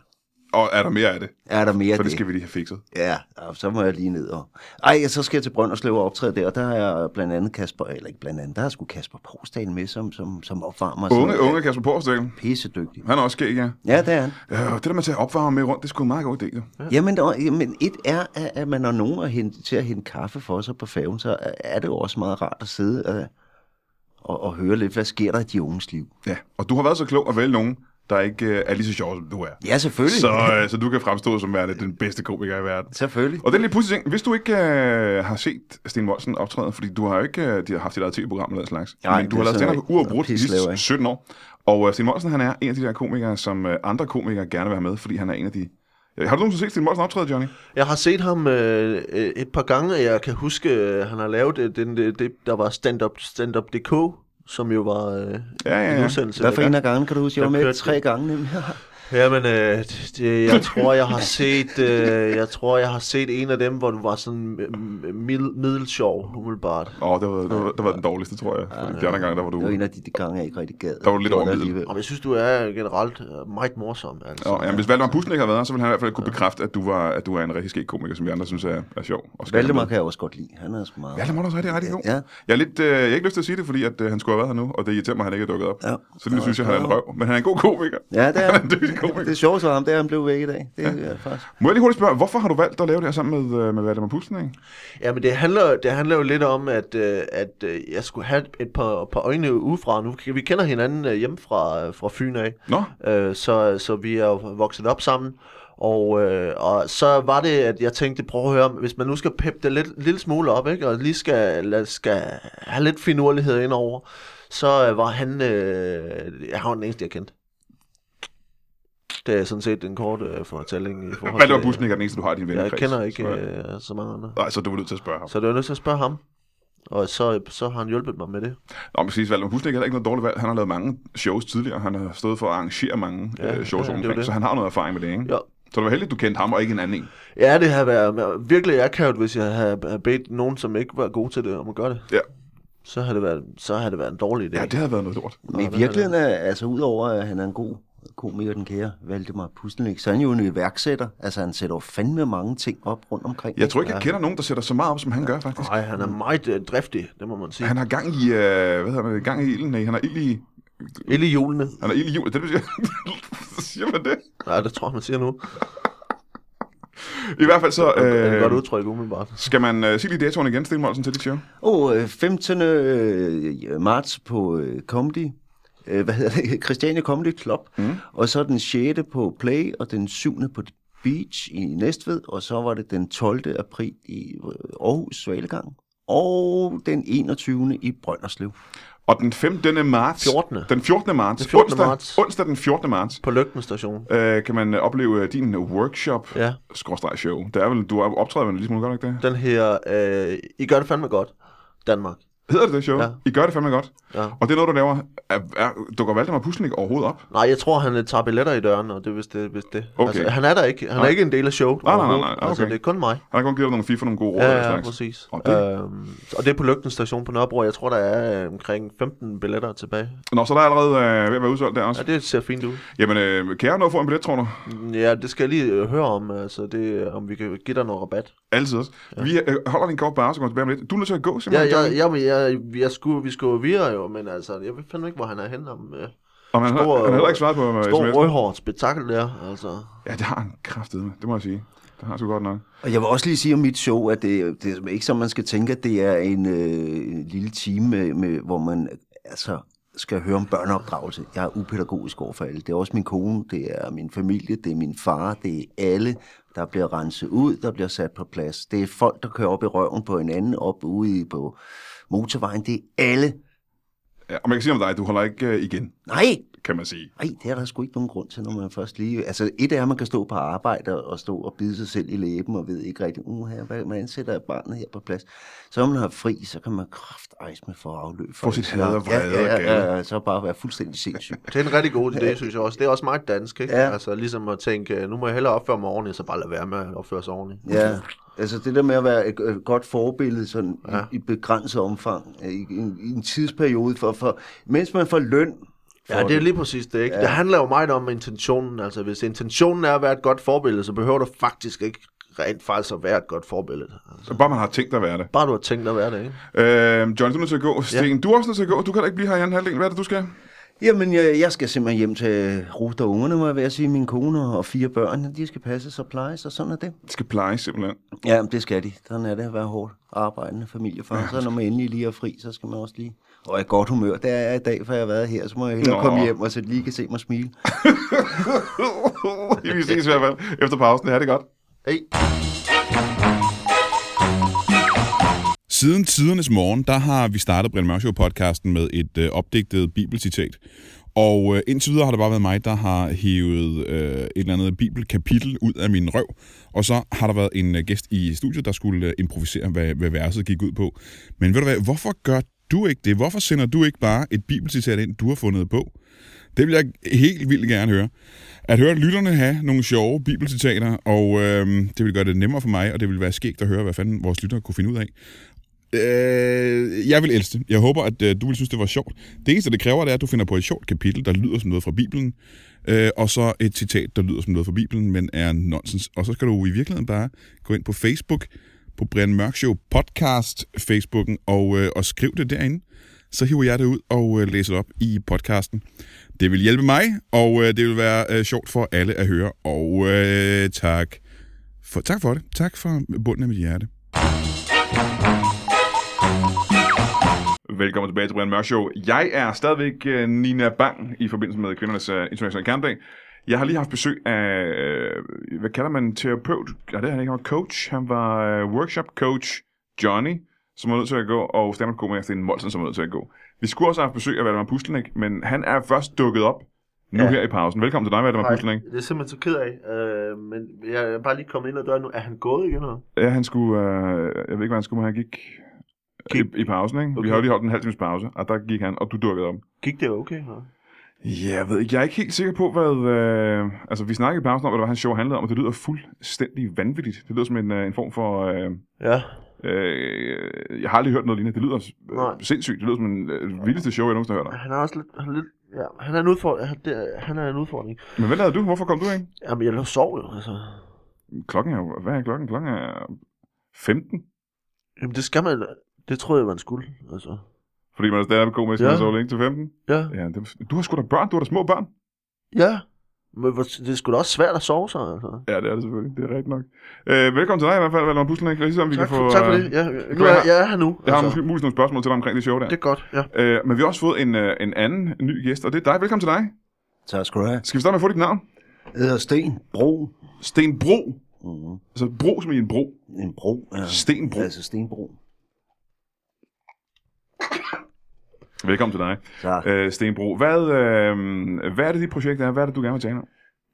Og er der mere af det?
Er der mere af
For det
det?
skal vi lige have fikset.
Ja, og så må jeg lige ned og... Ej, så skal jeg til Brønderslev og optræde der, og der har jeg blandt andet Kasper, eller ikke blandt andet, der har sgu Kasper Porsdal med som, som, som opvarmer. og sådan
Unge,
noget.
unge Kasper Porsdal.
Pissedygtig.
Han er også skæg, ja.
Ja, det er han.
Øh, det der med at tage opvarmer med rundt, det er sgu en meget god idé, jo.
Jamen, og, jamen et er, at- at man har nogen at hente, til at hente kaffe for sig på færgen, så er- er det jo også meget rart at sidde og, og, og høre lidt, hvad sker der i de unges liv.
Ja. Og du har været så klog at vælge nogen, der ikke øh, er lige så sjov, som du er.
Ja, selvfølgelig.
Så, øh, så du kan fremstå som værende den bedste komiker i verden.
Selvfølgelig.
Og den lidt pudsige ting, hvis du ikke øh, har set Sten Wolsen optræde, fordi du har jo ikke øh, de har haft dit eget tv-program eller den slags,
Nej,
men du
det
har
er
lavet
sådan
stand-up
noget-
uafbrudt i
noget
de
pislaveri.
17 år, og øh, Sten Wolsen han er en af de der komikere, som øh, andre komikere gerne vil have med, fordi han er en af de... Ja, Har du nogensinde set Sten Wolsen optræde, Johnny?
Jeg har set ham øh, øh, et par gange, og jeg kan huske, øh, han har lavet øh, den, det, det, der var stand-up, stand-up.dk, som jo var øh,
Ja, ja, ja.
en udsendelse.
Hvad for
der
en
gang-
af gangen, kan du huske, jeg var
Jeg
med
kørte-
tre gange nemlig.
Uh.
Jamen, øh, det, jeg tror, jeg har set, øh, jeg tror, jeg har set en af dem, hvor du var sådan øh, mid, middelsjov, umiddelbart.
Åh, oh, det, var, det, var, det var den dårligste, tror jeg. Ja, de andre gange, der var du...
Det var en
Åh,
af de, de gange, jeg ikke rigtig gad.
Der var du lidt over
Det
middel.
alligevel.
Og jeg synes, du er generelt øh, meget morsom. Altså.
jamen, hvis Valdemar Pusten ikke havde været her, så ville han i hvert fald kunne bekræfte, at du, var, at du er en rigtig skæg komiker, som vi andre synes er, er sjov. Og skal
Valdemar
med.
kan jeg også godt lide. Han er sgu meget...
Valdemar er også rigtig, rigtig god.
Ja.
Jeg, er lidt, øh, jeg har ikke lyst til at sige det, fordi at, øh, han skulle have været her nu, og det irriterer mig, at han ikke er dukket op.
Ja.
Så nu synes jeg, han er en røv. Men han er en god komiker.
Ja, det er
Han er en
han.
dygtig komiker.
det sjoveste var ham, det er, han blev væk i dag. Det er ja. faktisk.
Må jeg lige hurtigt spørge, hvorfor har du valgt at lave det her sammen med, øh, med Valdemar Pusten, ikke?
Ja, men det handler, det handler jo lidt om, at, øh, at øh, jeg skulle have et par, par øjne udefra. Nu, vi kender hinanden øh, hjemmefra øh, fra Fyn af.
Nå,
Øh, så, så vi er jo vokset op sammen. Og, øh, og så var det, at jeg tænkte, prøv at høre, hvis man nu skal peppe det lidt, lille smule op, ikke, og lige skal, lad- skal have lidt finurlighed indover, så øh, var han, øh, jeg har den eneste, jeg kendte. Det er sådan set en kort øh, fortælling i forhold
Valdemar Pusten ikke er den eneste, du har i din
Jeg
vennekreds.
kender ikke
Så, øh,
øh, så mange andre.
nej, så du var nødt til at spørge ham.
Så det var nødt til at spørge ham. Og så, så har han hjulpet mig med det.
Nå, men præcis, Valdemar Pusten ikke er heller ikke noget dårligt valg. Han har lavet mange shows tidligere. Han har stået for at arrangere mange
Ja,
øh, shows
ja, det er jo
rundt omkring,
det.
så han har noget erfaring med det, ikke?
Ja.
Så det var heldigt, du kendte ham og ikke en anden en.
Ja, det har været virkelig akavet, hvis jeg havde bedt nogen, som ikke var god til det, om at gøre det.
Ja.
Så har det været, så har det været en dårlig idé.
Ja, det havde været noget lort.
Men i virkeligheden er, altså udover at han er en god komiker den kære Valdemar Pustelik, så er han jo en iværksætter. Altså, han sætter jo fandme mange ting op rundt omkring.
Jeg tror ikke, jeg kender nogen, der sætter så meget op, som han gør, faktisk.
Nej, han er meget øh, driftig, det må man sige.
Han har gang i, øh, hvad hedder det, gang i ilden, nej, han har ild i,
Ild i julene.
han har ild i jul, det betyder, siger man det?
Nej, det tror jeg, man siger nu.
I hvert fald så,
Det er et godt
øh,
udtryk, umiddelbart.
skal man øh, sige lige datoen igen, Sten Molsen, til dit show?
Og øh, 15. øh, marts på øh, Comedy, øh, hvad hedder det, Christiania Comedy Club, mm. og så den 6. på Play, og den 7. på The Beach i Næstved, og så var det den 12. april i øh, Aarhus Svalegang, og den 21. i Brønderslev.
Og den 15. marts,
14..
den 14. marts,
Den 14.
onsdag,
marts.
onsdag den 14. marts,
På Lygten station.
øh, kan man øh, opleve øh, din workshop,
Ja.
skorstræk show. Det er vel, du har optræder vel ligesom, gør du ikke det?
Den her, øh, I gør det fandme godt, Danmark.
Hedder det det show? Ja.
Ja.
I gør det fandme godt.
Ja.
Og det er noget, du laver. Er, er, dukker Valdemar Puslen ikke overhovedet op?
Nej, jeg tror, han øh, tager billetter i døren, og det er vist det. Vist det.
Okay.
Altså, han er der ikke. Han er
Nej.
ikke en del af showet.
Nej, nej, nej, nej,
overhovedet. Altså,
okay.
det er kun mig.
Han har kun givet dig nogle fifa, nogle gode råd.
Ja,
og den
ja,
slags.
præcis.
Og det-
Øhm, og det er på Lygten station på Nørrebro. Jeg tror, der er øh, omkring 15 billetter tilbage.
Nå, så der er allerede øh, ved at være udsolgt der også.
Ja, det ser fint ud. Mm,
Jamen, øh, kan jeg nå at få en billet, tror du?
Ja, det skal jeg lige øh, høre om, altså det, øh, om vi kan give dig noget rabat.
Altid også. Ja. Vi øh, holder lige en kort bare, så kommer vi tilbage om lidt. Du er nødt til at gå,
Ja,
simpelthen.
jeg,
Johnny.
jeg, jeg, jeg, jeg skulle, vi skulle jo videre jo, men altså, jeg ved fandme ikke, hvor han er henne om øh,
Og man, har-
stor,
han har heller ikke svaret på øh,
stor
sms.
rødhård spektakel der, altså.
Ja, det har han kraftedet med. Det må jeg sige. Det har han sgu godt nok.
Og jeg vil også lige sige om mit show, at det, det er ikke som man skal tænke, at det er en øh, lille time, med, med, hvor man altså skal høre om børneopdragelse. Jeg er upædagogisk over for alle. Det er også min kone, det er min familie, det er min far, det er alle, der bliver renset ud, der bliver sat på plads. Det er folk, der kører op i røven på hinanden, op ude i- på motorvejen. Det er alle.
Ja, og man kan sige om dig, du holder ikke øh, igen,
Nej,
kan man sige.
Nej, det er der sgu ikke nogen grund til, når man først lige... Altså, et er, at man kan stå på arbejde og stå og bide sig selv i læben og ved ikke rigtigt, uh, her, hvad- hvordan sætter jeg barnet her på plads? Så når man har fri, så kan man kraftejs med for at afløbe.
Få sit had og vrede
ja,
og
ja,
gale.
ja, ja, så bare være fuldstændig sindssyg.
Det er en rigtig god idé, synes jeg også. Det er også meget dansk, ikke?
Ja.
Altså ligesom at tænke, øh, nu må jeg hellere opføre mig ordentligt, så bare lade være med at opføre sig ordentligt.
Ja, altså det der med at være et øh, godt forbillede sådan ja.
Ja.
i, i begrænset omfang, øh, i, i, en- i en tidsperiode, for, for, mens man får løn for
Ja, det er lige præcis det, ikke? Ja. Det handler jo meget om intentionen. Altså, hvis intentionen er at være et godt forbillede, så behøver du faktisk ikke rent faktisk at være et godt forbillede. Altså,
Så bare man har tænkt dig at være det.
bare du har tænkt dig at være det, ikke?
Øh, John, du er nødt til at gå. Sten, du er også nødt til at gå. Du kan da ikke blive her i anden halvdel. Hvad er det, du skal?
Jamen, jeg, jeg skal simpelthen hjem til Ruth og ungerne, må jeg ved at sige. Min kone og fire børn, de skal passes og plejes, og sådan er det.
Det skal pleje simpelthen.
Ja, men det skal de. Sådan er det at være hårdt arbejdende familiefar. Ja. Så når man endelig lige er fri, så skal man også lige... Og jeg er i godt humør. Det er jeg i dag, for jeg har været her. Så må jeg hellere
Nå.
Nå. komme hjem, og så de lige kan se mig smile.
vi ses i hvert fald efter pausen. Ha' det godt.
Hey.
Siden tidernes morgen, der har vi startet Brian Mørk Show podcasten med et øh, opdigtet bibelcitat. Og øh, indtil videre har det bare været mig, der har hævet øh, et eller andet bibelkapitel ud af min røv. Og så har der været en øh, gæst i studiet, der skulle øh, improvisere, hvad, hvad verset gik ud på. Men ved du hvad, hvorfor gør du ikke det? Hvorfor sender du ikke bare et bibelcitat ind, du har fundet på? Det vil jeg helt vildt gerne høre. At høre lytterne have nogle sjove bibelcitater, og øh, det vil gøre det nemmere for mig, og det vil være skægt at høre, hvad fanden vores lyttere kunne finde ud af. Øh, jeg vil elske det. Jeg håber, at øh, du vil synes, det var sjovt. Det eneste, det kræver, det er, at du finder på et sjovt kapitel, der lyder som noget fra Bibelen, øh, og så et citat, der lyder som noget fra Bibelen, men er nonsens. Og så skal du i virkeligheden bare gå ind på Facebook, på Brian Mørk Show Podcast Facebooken, og, øh, og skriv det derinde. Så hiver jeg det ud og øh, læser det op i podcasten. Det vil hjælpe mig, og øh, det vil være øh, sjovt for alle at høre. Og øh, tak, for, tak for det. Tak for bunden af mit hjerte.
Velkommen tilbage til Brian Mørk Show. Jeg er stadigvæk øh, Nina Bang i forbindelse med kvindernes øh, internationale kampdag. Jeg har lige haft besøg af, øh, hvad kalder man, terapeut? Ja, det er han ikke, han var coach. Han var øh, workshop coach Johnny, som var nødt til at gå, og stand up komiker Sten Molsen, som var nødt til at gå. Vi skulle også have haft besøg af Valdemar Puslenik, men han er først dukket op nu ja.
Ja.
her i pausen. Velkommen til dig, Valdemar Puslenik.
det er jeg simpelthen så ked af, øh, men jeg er bare lige kommet ind ad døren nu. Er han gået igen? Eller?
Ja, han skulle, øh, jeg ved ikke, hvad han skulle, men han gik,
Gik-
I, i pausen, ikke? Okay. Vi
Okay.
har jo lige holdt en halv times pause, og der gik han, og du dukkede op.
Gik det okay? Eller?
Ja, jeg ved ikke. Jeg er ikke helt sikker på, hvad... Øh, altså, vi snakkede i pausen om, hvad det var, hans show handlede om, og det lyder fuldstændig vanvittigt. Det lyder som en, øh, en form for... Øh,
Ja.
øh, jeg har aldrig hørt noget lignende. Det lyder
Nej.
øh, sindssygt. Det lyder som en øh, vildeste show, jeg nogensinde har hørt om.
Han har også lidt, han er lidt Ja, han er en udfordring. Han, det, han er en udfordring.
Men hvad lavede du? Hvorfor kom du ikke?
Jamen, jeg lå og sov jo, altså.
Klokken er jo... Hvad er klokken? Klokken er 15.
Jamen, det skal man... Det troede jeg, man skulle, altså.
Fordi man er stadig god med at sidde
Ja.
og sove længe til 15.
Ja.
Ja, det, du har sgu da børn. Du har da små børn.
Ja. Men hvor- det er sgu da også svært at sove sig, altså.
Ja, det er det selvfølgelig. Det er rigtigt nok. Øh, velkommen til dig i hvert fald, Valdemar Puslenik. Lige så, om vi
tak,
kan
for,
få,
tak for
øh,
det. Ja, nu
være,
er,
jeg-
jeg er her nu.
Jeg har måske muligvis nogle spørgsmål til dig omkring det show der.
Det er godt, ja.
Øh, men vi har også fået en, øh, en anden ny gæst, og det er dig. Velkommen til dig.
Tak skal du have.
Skal vi starte med at få dit navn?
Jeg hedder Sten Bro.
Sten Bro.
Mm-hmm.
Altså bro som i en bro.
En bro. Ja.
Sten Bro.
Altså Stenbro.
Velkommen til dig,
Tak.
øh, Sten Bro. Hvad, øh, hvad er det, dit projekt er? Hvad er det, du gerne vil tale om?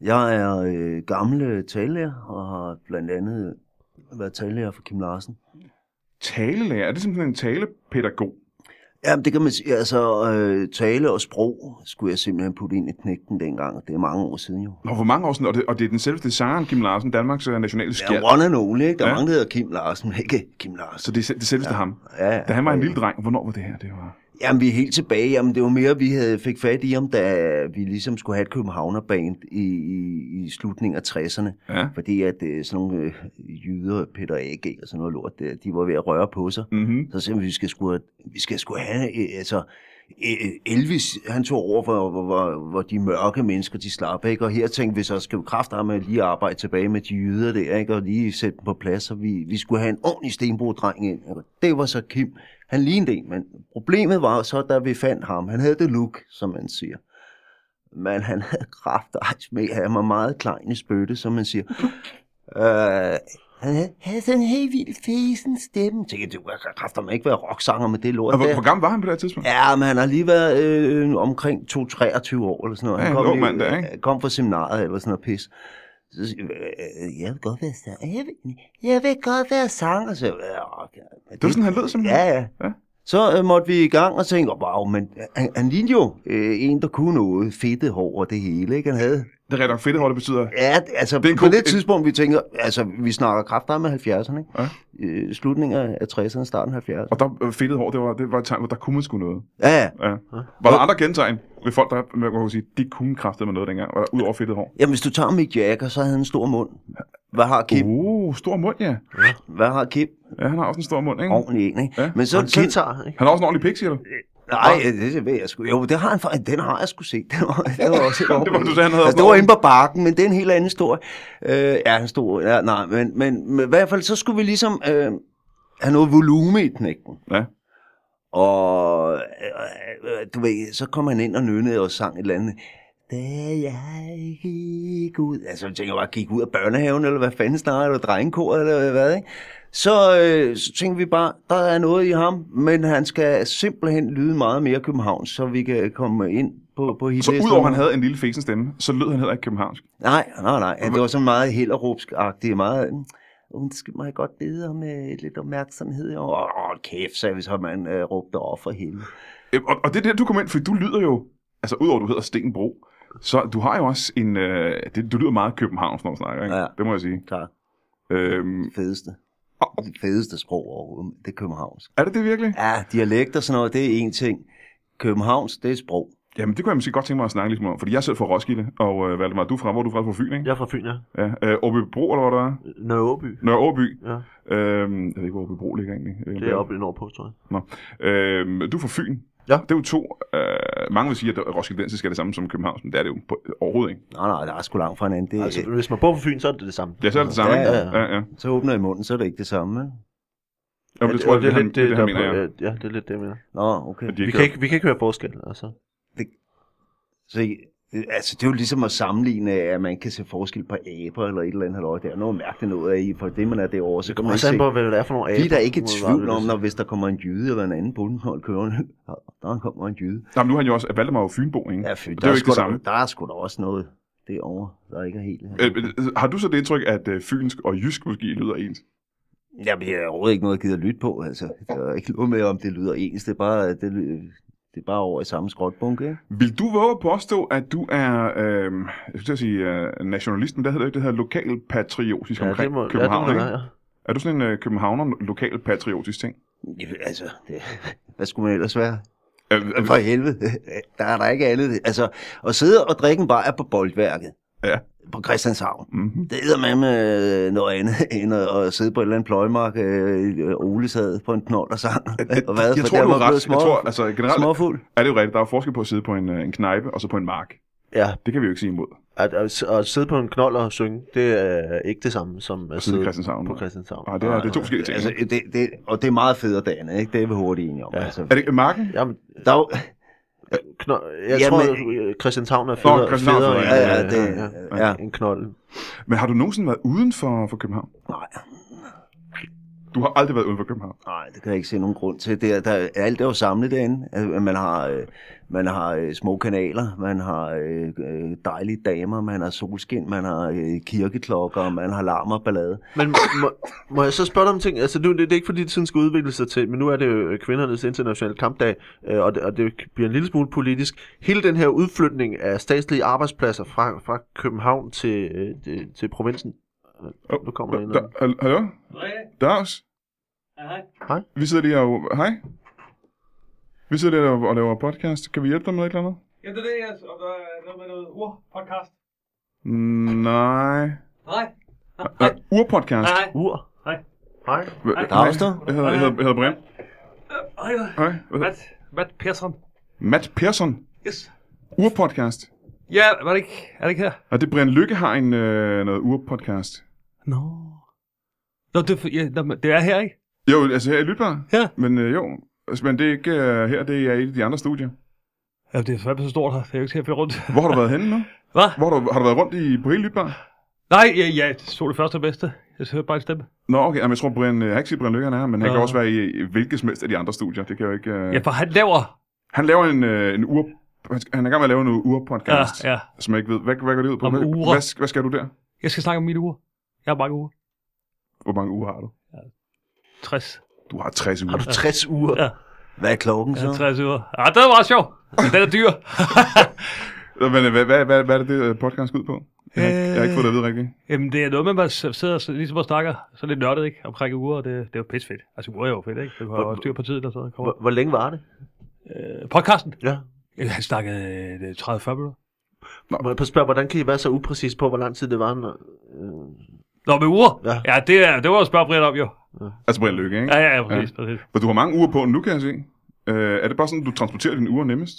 Jeg er øh, gammel taler og har blandt andet øh, været taler for Kim Larsen.
Talelærer. Er det simpelthen en talepædagog?
Jamen, det kan man sige. Altså, øh, tale og sprog skulle jeg simpelthen putte ind i knægten dengang. Det er mange år siden jo.
Nå, hvor mange år siden? Og det, og det er den selveste sangeren, Kim Larsen, Danmarks øh, nationale
Ja,
skjald.
one and only, ikke? Der
Ja.
er ja. mange, der hedder Kim Larsen, men ikke Kim Larsen.
Så det er se- det selveste ja. ham.
Ja, ja.
Da han var en lille dreng, hvornår var det her? Det var...
Jamen, vi er helt tilbage. Jamen, det var mere, vi havde fik fat i ham, da vi ligesom skulle have et københavnerband i, i, i slutningen af 60'erne.
Ja.
Fordi at øh, sådan nogle øh, jyder, Peter A.G. og sådan noget lort, der, de var ved at røre på sig.
Mm-hmm.
Så simpelthen, vi skal sgu, vi skal sgu have, øh, altså, øh, Elvis, han tog over for, hvor, hvor, hvor de mørke mennesker, de slap, ikke? Og her tænkte vi så, skal vi kraftedeme lige arbejde tilbage med de jyder der, ikke? Og lige sætte dem på plads, så vi, vi skulle have en ordentlig stenbrodreng ind. Og det var så Kim. Han lignede en, men problemet var så, da vi fandt ham, han havde det look, som man siger. Men han havde kraftedeme med, han var meget klein i spytte, som man siger. Øh, han havde- havde sådan en helt vild fesen stemme. Jeg tænkte, du kan kraftedeme ikke være rocksanger med det lort.
Og hvor,
der.
hvor gammel var han på det her tidspunkt?
Ja, men han har lige været øh, omkring 2-23 år eller sådan noget.
Ja,
han
en ung
lige-
mand der, ikke?
han kom fra seminariet eller sådan noget pis. Så siger jeg, øh, jeg vil godt være sanger. Jeg vil, jeg vil godt være sanger. Så, jeg, "Øh, okay, men
Det var sådan, han lød simpelthen.
Ja, ja.
Ja.
ja. Så øh, måtte vi i gang og tænke, "Åh, wow, men han, han lignede jo øh, en, der kunne noget fedtet hår og det hele, ikke? Han havde.
Det er rigtig nok fedt, det betyder.
Ja, altså
Det er en
det på
ko-
det
en-
tidspunkt, vi tænker, altså vi snakker kraftigt med 70'erne, ikke?
Ja.
Øh, slutningen af 60'erne, starten af 70'erne.
Og der øh, fedtede hår, det var, det var et tegn, hvor der kunne man sgu noget.
Ja, ja.
Ja. Var der andre kendetegn ved folk, der man kunne sige, de kunne kræfte med noget dengang, var der ud over fedtet hår?
Jamen, hvis du tager Mick Jagger, så havde han en stor mund. Hvad har Kim? Uh.
Uh, stor mund, ja.
Hvad har Kim?
Ja, han har også en stor mund, ikke?
Ordentlig en, ikke?
Ja.
Men
Så
så...
en guitar, ikke?
Han har også en ordentlig pik, siger du?
Nej, det, det ved jeg sgu. Jo, det har han faktisk. Den har jeg sgu set. Den var, den var også et
var,
ordentligt.
du sagde, han havde også
altså, det
en
var inde på bakken, men det er en helt anden historie. Øh, ja, han stod... Ja, nej, men, men, men i hvert fald, så skulle vi ligesom øh, have noget volume i knækken.
Ja.
Og øh, øh, du ved, så kom han ind og nynnede og sang et eller andet. Da jeg gik ud... Altså, jeg tænker bare, gik ud af børnehaven, eller hvad fanden snakker du, drengekor, eller hvad, ikke? Så, øh, så tænkte vi bare, der er noget i ham, men han skal simpelthen lyde meget mere København, så vi kan komme ind på, på
Så
hitlisten.
udover at han havde en lille fesen stemme, så lød han heller ikke københavnsk.
Nej, nej, nej. Det var sådan meget hellerupsk-agtigt, meget... "Mm, Undskyld mig godt videre med lidt opmærksomhed. Og åh, åh, kæft, sagde vi så, man øh, råbte over for helvede.
Øh, Og, og det er der, du kom ind, for du lyder jo, altså udover at du hedder Sten Bro, så du har jo også en, øh, det, du lyder meget københavnsk, når du snakker, ikke?
Ja.
Det må jeg sige.
Klar.
Øhm,
Fedeste.
Au.
Det fedeste sprog overhovedet, det er københavnsk.
er det det virkelig?
Ja, dialekt og sådan noget, det er en ting. Københavns, det er sprog.
Jamen, det kunne jeg måske godt tænke mig at snakke lidt om, fordi jeg er selv fra Roskilde, og øh, Valdemar, du er fra, hvor er du fra, Du er fra Fyn, ikke?
Jeg er fra Fyn, ja.
Ja. Øh, Åbybro, eller hvad der er?
Nørre Åby.
Nørre Åby.
Ja,
Øhm, jeg ved ikke, hvor Åbybro ligger egentlig. Øh,
det er oppe i Nordpå, tror jeg.
Øhm, du er fra Fyn.
Ja.
Det er jo to. Øh, mange vil sige, at Roskildensisk er det samme som Københavns, men det er det jo på, overhovedet ikke.
Nej, nej, der er sgu langt fra hinanden. Det,
Altså,
altså,
hvis man bor på Fyn, så er det det samme.
Ja, så er det det samme.
Ja,
ikke?
ja,
ja. ja, ja.
så åbner jeg munden, så er det ikke det samme. vel?
Jamen, det tror jeg, det, det, det, det, det, han
der
mener, ja.
på- ja, det er lidt det, jeg mener.
Nå, okay.
At de
Vi
ikke
kan
kan...
ikke, vi kan ikke høre forskel, altså.
Så, I- øh, altså, det er jo ligesom at sammenligne, at man kan se forskel på aber eller et eller andet halvøj. Det er noget mærkeligt noget af, i, for det man er derovre, så kan man
Og
ikke
så
se.
på, hvad det er for nogle
Vi er da
aber,
ikke i
må det
tvivl
være,
om,
det
når hvis der kommer en jyde eller en anden bundhold kørende, der kommer en jyde.
Nå, men nu har han jo også... Valdemar er jo Fynbo, ikke?
Ja, fy,
Og
der,
det er jo ikke
sgu
det
da-
samme.
Der er sgu da også noget derovre, der ikke er helt...
Øh, øh, har du så det indtryk, at øh, fynsk og jysk måske lyder ens?
Jamen, det er overhovedet ikke noget, jeg gider at lytte på, altså. Der er ikke noget med, om det lyder ens. Det er bare, det, ly- det er bare over i samme skrotbunke, ikke?
Vil du våge at påstå, at du er, øh, jeg skulle til at sige øh, nationalist, men der hedder jo ikke det her lokalpatriotisk
Ja, det
omkring
må, ja, det må
København,
det
ikke?
være, ja.
Er du sådan en øh, københavner lokalpatriotisk ting?
Ja, altså, det, hvad skulle man ellers være?
Øhm,
For helvede, der er der ikke andet. Altså, at sidde og drikke en bajer på boldværket
Ja.
på Christianshavn,
mhm.
det er med øh, noget andet end at, at sidde på et eller andet pløjmark, øh, Ole sad på en knold og sang. og hvad,
Jeg tror, du er ret. Jeg tror, altså generelt
småfuld.
er det jo rigtigt. Der er jo forskel på at sidde på en, øh, en knejpe og så på en mark.
Ja,
Det kan vi jo ikke sige imod.
at, at, at sidde på en knold og synge, det er ikke det samme som at
sidde i
sidde
Christianshavn.
på Christianshavn.
Nej, det er, det er to forskellige ting.
Altså,
Altså,
det, det, og det er meget federe dagen, ikke? Det er vi hurtigt enige om.
Ja.
Altså,
er det marken?
Jamen,
der er jo,
knold, jeg
Jamen-
Jamen, tror, at Christianshavn er federe,
Christianshavn er
federe
federe,
ja, ja,
end,
det,
øh, ja,
ja.
end knolden.
Men har du nogensinde været uden for, for København?
Nej,
Du har aldrig været uden for København.
Nej, det kan jeg ikke se nogen grund til. Det er, der, alt er jo samlet derinde. Altså, man har, øh, man har øh, små kanaler, man har øh, øh, dejlige damer, man har solskin, man har øh, kirkeklokker, man har larm og ballade.
Men må, må jeg så spørge dig om en ting? Altså, nu, det, det er ikke fordi, det sådan skal udvikle sig til, men nu er det jo øh, kvindernes internationale kampdag, øh, og det, og det bliver en lille smule politisk. Hele den her udflytning af statslige arbejdspladser fra, fra København til, øh, til, til provinsen.
Åh,
Nu kommer der en
Da,
eller anden.
hal- hallo? Dags?
Hej.
Vi sidder lige og... Hej. Vi sidder lige og, og laver podcast. Kan vi hjælpe dig med et eller andet?
Ja, det er det, jeg og der er noget med noget urpodcast.
Nej.
Nej.
Nej, urpodcast.
Nej.
Ur.
Hej.
Hej.
Hva-
Hej.
Dagsted?
Jeg hedder, jeg hedder, jeg hedder Brian.
Hej.
Hej. Hvad hedder-
Matt. Matt Persson.
Matt Persson.
Yes.
Urpodcast.
Ja, var det ikke, er det ikke her?
Og det er Brian Lykke har en øh, noget urpodcast.
Nå. Nå, det, er- ja, nå, men det er her, ikke?
Jo, altså her i Lytbar.
Ja.
Men øh, jo, Altså, men det er ikke øh, her, det er i et af de andre studier.
Ja, det er fandme så stort her. Det er jo ikke til at finde rundt.
Hvor har du været henne nu?
Hvad?
Hvor har du, har du været rundt i, på hele Lytbar?
Nej, ja, ja, det så det første og bedste. Jeg hørte bare en stemme.
Nå, okay. Jamen, jeg tror, Brian, øh, jeg har ikke set Brian Lykke, han er her, men han
Nå.
kan også være i, i hvilket som helst af de andre studier. Det kan jo ikke... Øh...
Ja, for han laver.
Han laver en, øh, en ur... Han skal- han er i gang med at lave en
Ja,
urpodcast,
ja.
som jeg ikke ved. Hvad, hvad går det ud på?
Om
Hvad,
ure.
hvad, hvad, skal du der?
Jeg skal snakke om mine uger. Jeg har mange uger.
Hvor mange uger har du?
60.
Du har 60 uger.
Har du 60 uger?
Ja.
Hvad er klokken
Jeg har
så?
60 uger. Ja, det var meget sjovt. Men Den er dyr.
Men, øh, hvad, hvad, hvad, hvad er det, det øh, podcast går ud på? Jeg har, ikke- jeg har ikke fået det at vide rigtigt.
Jamen, det er noget med, at man sidder så- ligesom og snakker så lidt nørdet, ikke? Omkring uger, og det, det er jo pissfedt. Altså, uger er jo fedt, ikke? Det har jo også styr på tiden og sådan noget. kommer.
Hvor, hvor længe var det?
Øh, podcasten?
Ja.
Jamen, han snakkede øh, 30-40 minutter.
Må jeg spørge, hvordan kan I være så upræcis på, hvor lang tid det var? Når, øh,
Nå, med uger?
Ja.
ja det, er, det var jo spørge Brian om, jo.
Altså Brian Lykke, ikke?
Ja, ja, ja, præcis, ja. præcis.
Og du har mange uger på nu, kan jeg se. Øh, er det bare sådan, du transporterer dine uger nemmest?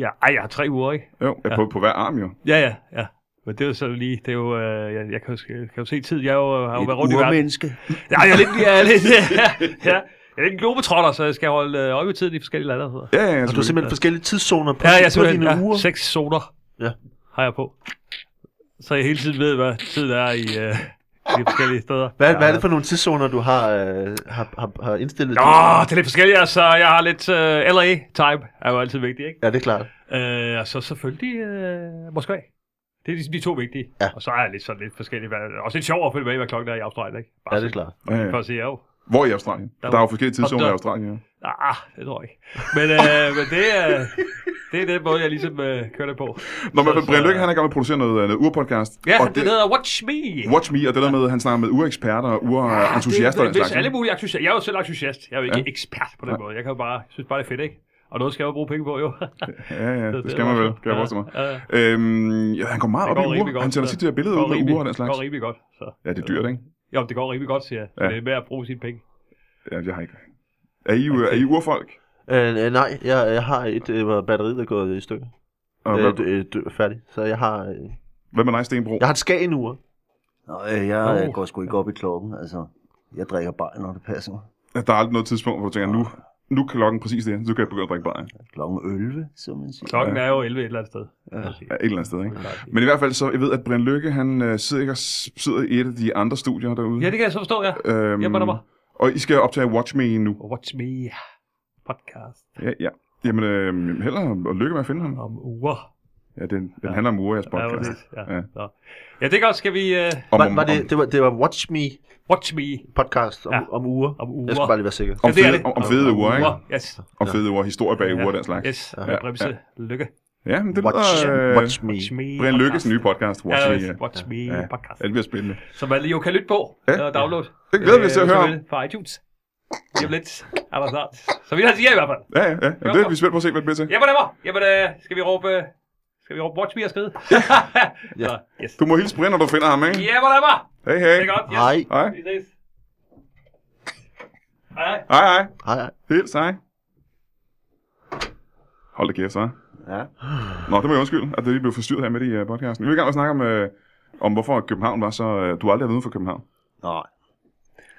Ja, ej, jeg har tre uger, ikke?
Jo, ja. på, på hver arm jo.
Ja, ja, ja. Men det er jo så lige, det er jo, øh, jeg, jeg kan, jo, kan jo se tid, jeg er jo, har jo været rundt i
Et
verden.
urmenneske.
Ja, jeg er lidt, jeg er lidt, ja, ja. Jeg er lidt en globetrotter, så jeg skal holde øh, øje med tiden i forskellige lande. Og sådan noget.
Ja, ja, ja.
og altså, du har
selvfølgelig.
simpelthen forskellige tidszoner på,
Altså, Ja, jeg er
på
simpelthen,
dine
ja,
uger?
seks zoner
Ja.
har jeg på. Så jeg hele tiden ved, hvad tiden er i, øh, i de forskellige steder.
Hvad, hvad er det for nogle tidszoner, du har, øh, har, har, har indstillet?
Nå, det er lidt forskelligt, altså. Jeg har lidt øh, LA-time, er jo altid vigtigt, ikke?
Ja, det er klart.
Øh, og så selvfølgelig øh, Moskva. Det er ligesom de to vigtige.
Ja.
Og så er jeg lidt sådan lidt forskellige. hvad- Også lidt sjovt at følge med, i, hvad klokken er i Australien, ikke?
Ja, det er klart.
Ja,
For
ja.
at sige, ja, jo.
Hvor i Australien? Der,
Der-
der er jo forskellige tidszoner i
der-
Australien, ja.
Ah, det tror jeg ikke. Men, øh, men det, er, det er den måde, jeg ligesom øh, kører det på.
Nå, men
Så-
Brian
så-
Lykke, han er i gang med at producere noget, øh, noget urpodcast.
Ja,
og
det, det hedder Watch Me.
Watch Me, og det der med, at han snakker med ureksperter og urentusiaster.
det,
Ja,
det, hvis alle mulige entusiaster. Jeg er jo selv entusiast. Jeg er jo ikke
Ja.
ja. ekspert på den måde. Jeg kan jo bare, synes bare, det er fedt, ikke? Og noget skal jeg jo bruge penge på, jo.
ja, ja, det, skal
er
man
også-
vel, kan jeg forestille mig.
Ja, ja.
Øhm, ja, han går meget op
Det går
i
rimelig
uger.
godt.
Han sender
så-
tit de her billeder
går
ud med
rimelig-
uger og den slags.
Det går rimelig godt. Så.
Ja, det er dyrt, ikke?
Jo, det går rimelig godt, siger jeg.
Ja.
Ja. Det er med at bruge sine penge.
Ja, jeg har ikke. Er I, okay. er I urfolk?
Øh, øh, nej, jeg, jeg har et, øh, hvor batteriet er gået i stykker.
Og
Øh,
hvad,
d- øh, d- færdig. Så jeg har, øh,
hvad med dig, Stenbro?
jeg har et skagen ur.
Nå, øh, jeg
Nå.
øh, går sgu ikke op i klokken, altså. Jeg drikker bare, når det passer mig.
Der er aldrig noget tidspunkt, hvor du tænker, nu, nu er klokken præcis det, så kan jeg begynde at drikke bare.
Klokken 11, som man siger.
Klokken er jo 11 et eller andet sted.
Ja, et eller andet sted, ikke?
Ja.
Men i hvert fald så, jeg ved, at Brian Lykke, han øh, sidder, ikke og s- sidder i et af de andre studier derude.
ja, det kan jeg så forstå, ja.
Øhm,
Hjælper dig mig.
og I skal optage Watch Me nu.
Watch Me podcast
Ja, ja. Jamen, øh, hellere og lykke med at finde ham.
om uger.
Ja, den, den handler om Urias
Ja, jo,
podcast.
det, ja.
Ja.
Nå. ja, det er godt. Skal vi uh,
Om,
Var, var det, det, var, det var Watch Me
Watch Me
podcast om, ja.
Ja.
om uger.
om uger?
Jeg skulle bare lige være sikker.
Om
ja, det er
fede-
det.
om- om fede uger, ikke?
Yes.
om, om fede ord, historie bag uger og den slags.
Yes, med
Ja,
bremse. Lykke.
Ja, men det
Watch,
lyder... Øh,
watch Me.
Watch Me
Brian Lykkes
podcast.
nye podcast, Watch Me.
ja,
Ja.
Watch Me
Ja.
podcast.
Ja, det bliver spændende.
Som man jo kan lytte på
Ja.
og download.
Det glæder vi os til at
hvis
høre
man
om.
vil, Fra iTunes. lige om lidt. Er der snart. Så vi har siger i hvert fald.
Ja, ja, ja. Jamen, det er vi spændt på at se, hvad det bliver til.
Jamen, nemmer. Jamen, øh, skal vi råbe... øh, Skal vi råbe Watch Me og skride? ja. Så, yes.
Du må hilse Brian, når du finder ham, ikke?
Jamen, nemmer.
Hej, hej.
Det er godt. Yes.
Hej.
Hej,
Vi ses. Hej, hej.
hej. hej.
Hej, hej.
Hils, hej. Hold da kæft, så.
Ja.
Nå, det må jeg undskylde, at det lige blev forstyrret her midt i uh, podcasten. Vi vil gerne snakke om, uh, om hvorfor København var så... Uh, du aldrig har været uden for København.
Nej.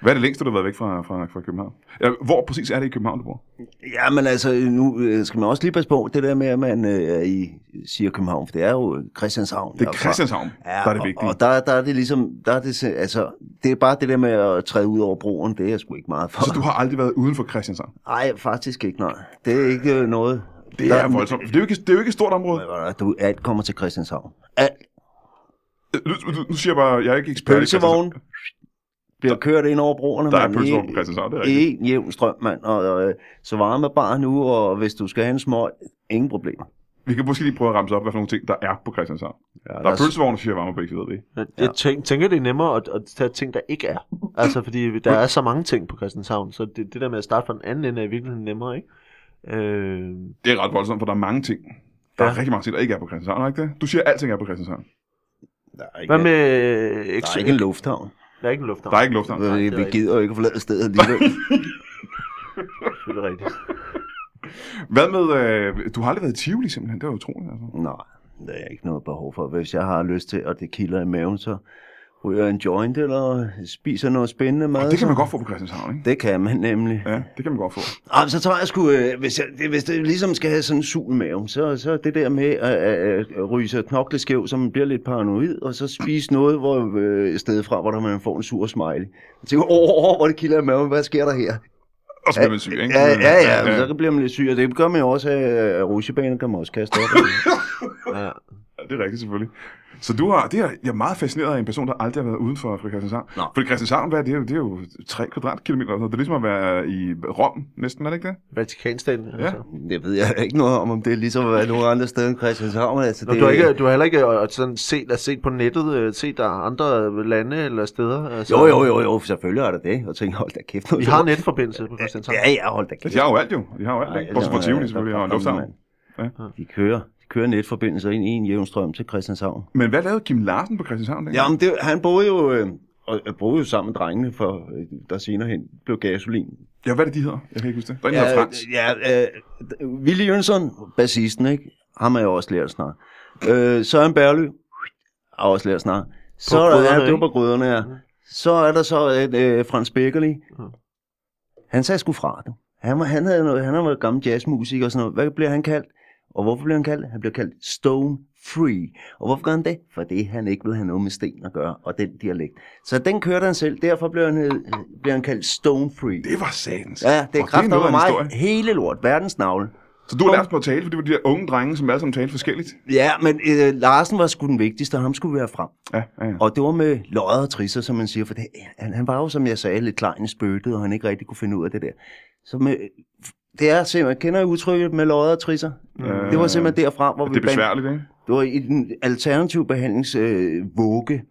Hvad er det længste, du har været væk fra, fra, fra København? Ja, hvor præcis er det i København, du bor?
Ja, men altså, nu øh, skal man også lige passe på det der med, at man øh, er i, siger København, for det er jo Christianshavn.
Det
jeg
er
fra.
Christianshavn, der er det vigtige.
Og, og der, der er det ligesom, der er det, se- altså, det er bare det der med at træde ud over broen, det er jeg sgu ikke meget for.
Så Altså, du har aldrig været uden for Christianshavn?
Nej, faktisk ikke, nej. Det er ikke øh, noget.
Det
der,
er voldsomt. Det er jo ikke, det er jo ikke et stort område.
Du, alt kommer til Christianshavn. Alt
Øh, Nu, nu- nu siger jeg bare, jeg er ikke ekspert i Christianshavn.
pølsevogn bliver kørt ind over broerne.
Der er
mand.
pølsevogn
I-
på Christianshavn, det er rigtigt.
i en jævn strøm, mand. Og, og så varme bare nu, og hvis du skal have en smøg, ingen problemer.
Vi kan måske lige prøve at ramse op, hvad for nogle ting, der er på Christianshavn.
Ja,
Der er pølsevogn og shawarma begge, ved vi.
Jeg, jeg tænk, tænker, det er nemmere at, at tage ting, der ikke er. Altså, fordi der er så mange ting på Christianshavn, så det, det der med at starte fra den anden ende er i virkeligheden nemmere, ikke? Øh,
Det er ret voldsomt, for der er mange ting. Der er
Ja.
rigtig mange ting, der ikke er på Christianshavn, er ikke det? Du siger, at alting er på Christianshavn.
Der er ikke,
hvad med...
der
Ex-
er ikke en lufthavn.
der er ikke en lufthavn.
Der er ikke lufthavn.
Nej,
det er
vi
rigtigt.
gider jo ikke at forlade stedet alligevel.
Det er rigtigt.
Hvad med, øh, du har aldrig været i Tivoli simpelthen, det var utroligt. Altså.
Nej, der er ikke noget behov for. Hvis jeg har lyst til, og det kilder i maven, så ryger jeg en joint eller spiser noget spændende mad.
Og det kan man
så-
godt få på Christianshavn, ikke?
Det kan man nemlig.
Ja, det kan man godt få.
Ah, men så tror jeg sgu, øh, hvis, jeg, det, hvis det ligesom skal have sådan en sul mave, så, så det der med at, at, at ryge sig knokleskæv, så man bliver lidt paranoid, og så spise noget hvor, øh, et sted fra, hvor der man får en sur smiley. Jeg tænker, åh, oh, oh, hvor det kilder i maven, hvad sker der her?
Og så bliver man syg, ikke?
Ja, ja, ja, men så bliver man lidt syg, og det gør man jo også, at øh, rutsjebaner kan man også kaste op.
Ja.
Ja, det er rigtigt selvfølgelig. Så du har, det er, jeg er meget fascineret af en person, der aldrig har været uden for for Christianshavn.
Nå.
For Christianshavn, hvad er det? Det er jo 3 kvadratkilometer, så det er ligesom at være i Rom næsten, er det ikke det?
Vatikanstaten, ja. altså.
Det ved jeg ikke noget om, om det er ligesom at være nogen andre steder end Christianshavn. Altså,
Nå,
det,
du, har ikke, du har heller ikke øh, sådan set, set på nettet, øh, set der er andre øh, lande eller steder? Altså,
Jo, jo, jo, jo, selvfølgelig er det det. Og tænker, hold da kæft.
Vi har en netforbindelse på Christianshavn.
Ja, ja, hold da kæft. altså,
De har jo alt jo. De har jo alt, ikke? Bortset fra Tivoli selvfølgelig, og en lufthavn. Ja.
De kører, de kører netforbindelser ind i en jævn strøm til Christianshavn.
Men hvad lavede Kim Larsen på Christianshavn dengang?
Jamen, det, han boede jo, øh, og, og boede jo sammen med drengene, for øh, der senere hen blev gasolin.
Ja, hvad er det, de hedder? Jeg kan ikke huske det. Der er en, der hedder Frans.
ja, øh, Willy Jønsson, bassisten, ikke? Ham har jeg også lært snart. Øh, Søren Berly, har også lært snart. Så er der,
gryderne,
ja, det var
ikke?
på grøderne, ja. Så er der så et, øh, Frans Beckerli. Han sagde sgu fra, du. Han, var, han, havde noget, han har været gammel jazzmusik og sådan noget. Hvad bliver han kaldt? Og hvorfor bliver han kaldt? Han bliver kaldt Stone Free. Og hvorfor gør han det? Fordi han ikke vil have noget med sten at gøre, og den dialekt. Så den kørte han selv. Derfor blev han, øh, blev han kaldt Stone Free.
Det var satans.
Ja, det er
Og er
kraften
noget af
over
en
mig.
historie.
Hele lort. Verdens navle.
Så du har lært på at tale, for det var de der unge drenge, som alle sammen talte forskelligt.
Ja, men øh, Larsen var sgu den vigtigste, og ham skulle vi have frem.
Ja, ja, ja.
Og det var med lodder og trisser, som man siger, for det, han, han var jo, som jeg sagde, lidt klein i spøttet, og han ikke rigtig kunne finde ud af det der. Så med, det er simpelthen, kender I udtrykket med lodder og trisser? det var simpelthen derfra, hvor
Det er
vi... bandt-
besværligt, ikke?
det var i den alternative behandlingsvugge, øh, vugge.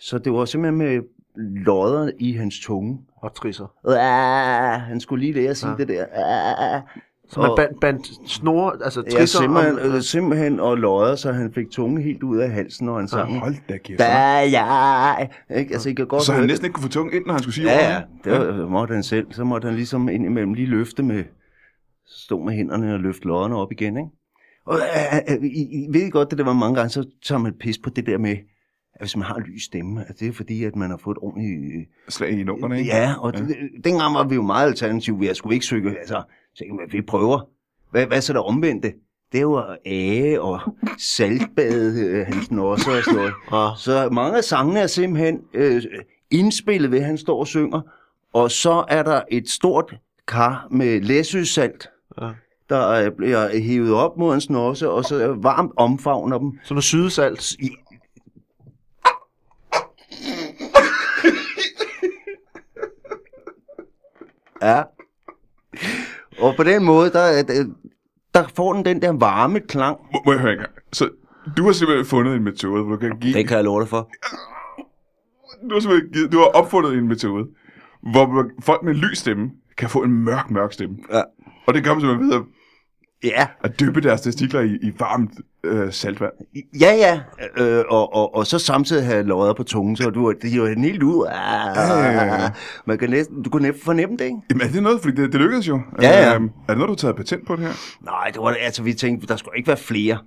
så det var simpelthen med lodder i hans tunge.
Og trisser.
Ah, han skulle lige lære at sige
Ja.
ja. det der. Ah.
Så man
Og-
bandt band snore, altså
Ja,
trisser.
simpelthen,
om,
øh, simpelthen og løjet, så han fik tunge helt ud af halsen, når han sang.
Ah, Hold da kæft.
Da, ja, ikke? Altså, I kan godt
Så han
høre
næsten ikke kunne få tungen ind, når han skulle sige
det. Ja, ja,
ordene.
det var, øh, måtte han selv. Så måtte han ligesom indimellem lige løfte med, stå med hænderne og løfte lødderne op igen, ikke? Og øh, øh, I, I ved godt, at det var mange gange, så tager man pis på det der med, at hvis man har en lys stemme, at det er fordi, at man har fået et ordentligt... øh,
Slag i nummerne, ikke?
Ja, og ja. dengang var vi jo meget alternative. Vi skulle ikke søge, altså, tænkte, man, vi prøver. Hvad, hvad så der omvendte? Det var æge og saltbade, øh, hans nosser og sådan noget.
og,
Så mange af sangene er simpelthen øh, indspillet ved, at han står og synger. Og så er der et stort kar med læsøsalt,
ja.
der øh, bliver hævet op mod hans nosse, og så øh, varmt omfavner dem.
Sådan noget sydesalt.
Ja. Og på den måde, der, øh, der får den den der varme klang,
Må, må jeg høre en gang? Så du har simpelthen fundet en metode, hvor du kan give...
Det kan jeg love dig for.
Du har simpelthen givet, du har opfundet en metode, hvor folk med en lys stemme kan få en mørk, mørk stemme.
Ja.
Og det gør man simpelthen ved at,
Ja,
at dyppe deres testikler i, i varmt øh, saltvand.
ja, ja. Øh, og, og, og så samtidig have lodder på tungen, så du det hiver den helt ud. Ah,
ja, ja.
Man kan næsten, du kunne næsten fornemme det, ikke?
Jamen er det noget, fordi det, det lykkedes jo.
Ja, ja.
Øhm, er det noget, du har taget patent på det her?
Nej, det var, altså, vi tænkte, der skulle ikke være flere.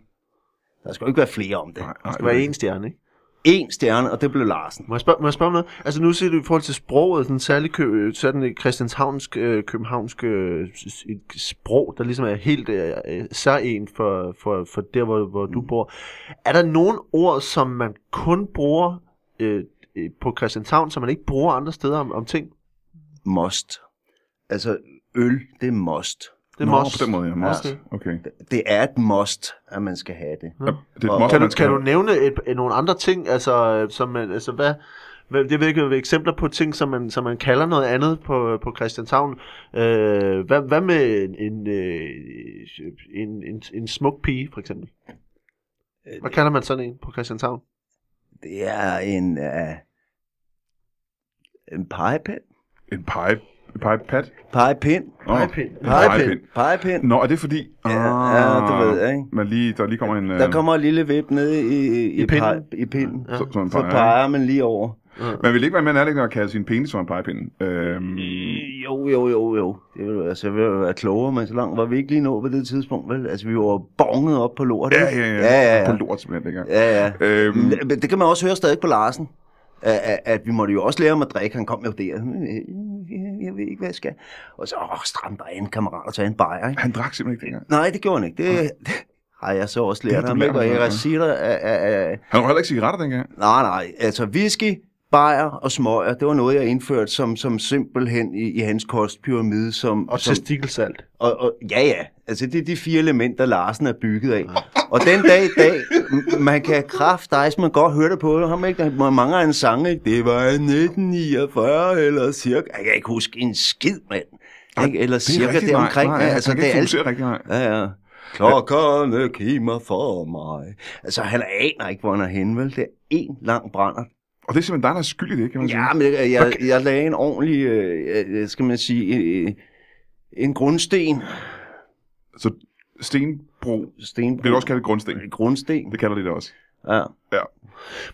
Der skulle ikke være flere om det.
Nej,
Det
nej.
var
det-
en stjerne, ikke?
En stjerne, og det blev Larsen.
Må jeg, spørge, må jeg spørge om noget? Altså nu siger du i forhold til sproget, den særlig kø, sådan et christianshavnsk, øh, københavnsk øh, s- s- et sprog, der ligesom er helt øh, øh, særligt for, for, for der, hvor, hvor
Mm.
du bor. Er der nogle ord, som man kun bruger øh, øh, på Christianshavn, som man ikke bruger andre steder om, om ting?
Must. Altså, øl, det er must.
Det er
Nå,
mos.
på den måde, ja. Most.
Ja.
Okay.
Det er et must, at man skal have det.
Ja, det er et
Og-
most,
Kan du,
man skal
kan du
have.
nævne et, et, nogle andre ting, altså, øh, som man, altså hvad, hvad, det ved jeg ikke, eksempler på ting, som man, som man kalder noget andet på, på Christianshavn. Øh, hvad, hvad med en, en, øh, en, en, en smuk pige, for eksempel? Hvad kalder man sådan en på Christianshavn?
Det er en... Uh, en pegepind.
En pipe. En pipepad?
Pegepind.
Nå,
Pegepind.
en Pegepind.
Pegepind.
Nå, er det fordi... Ah.
Ja, ja, det ved jeg ikke.
Man lige, der lige kommer en...
Der kommer et lille vip nede i, i,
I pinden.
pege- i pinden.
øh, så, så en
Så
peger.
peger man lige over.
Man vil ikke være med nærliggende at kalde sin penis for en pegepind. Øhm,
Jo, jo, jo, jo. Det ville, altså, jeg ville være klogere, men så langt var vi ikke lige nået på det tidspunkt, vel? Altså, vi var bonget op på lort.
ja,
ikke?
ja, ja,
ja, ja, ja.
På lort simpelthen dengang.
ja, ja.
Øhm,
Men det kan man også høre stadig på Larsen. At, at- at vi måtte jo også lære ham at drikke. Han kom jo der. "Øh, Jeg ved ikke, hvad jeg skal. Og så, åh, stram dig an, kammerat, og tag en bajer, ikke?
han drak simpelthen ikke dengang.
Nej, det gjorde han ikke. Det, det har jeg så også
Det har du
lært ham,
lært
ikke? Og
ham, ja.
jeg siger dig, at- at- at-
Han røg heller ikke cigaretter dengang.
nej, nej, altså whisky, bajer og smøger, det var noget, jeg indførte som, som simpelthen i, i hans kostpyramide. Som,
Og
som,
testikkelsalt.
og, og, ja, ja. Altså, det er de fire elementer, Larsen er bygget af. Og den dag i dag, m- man kan kraft dig, man godt høre det på ham, ikke? Der er mange af en sang, ikke? Det var i 1949 eller cirka. Jeg kan ikke huske en skid, mand. Ikke? Eller
Det er
cirka
rigtigt, nej,
deromkring.
nej,
Ja,
altså, han kan
det
ikke
er alt-
fokusere rigtig meget.
Ja, ja. Klokkerne kimer for mig. Altså, han aner ikke, hvor han er henne, vel? Det er en lang brænder. Mm-hmm.
Og det er simpelthen dig, der er skyld i det, kan man sige.
Ja, men jeg, jeg, jeg lagde en ordentlig, øh, øh, skal man sige, øh, en grundsten.
Så stenbro,
Sten.
det vil du også kalde grundsten.
Øh, Grundsten.
Det kalder de det også.
Ja.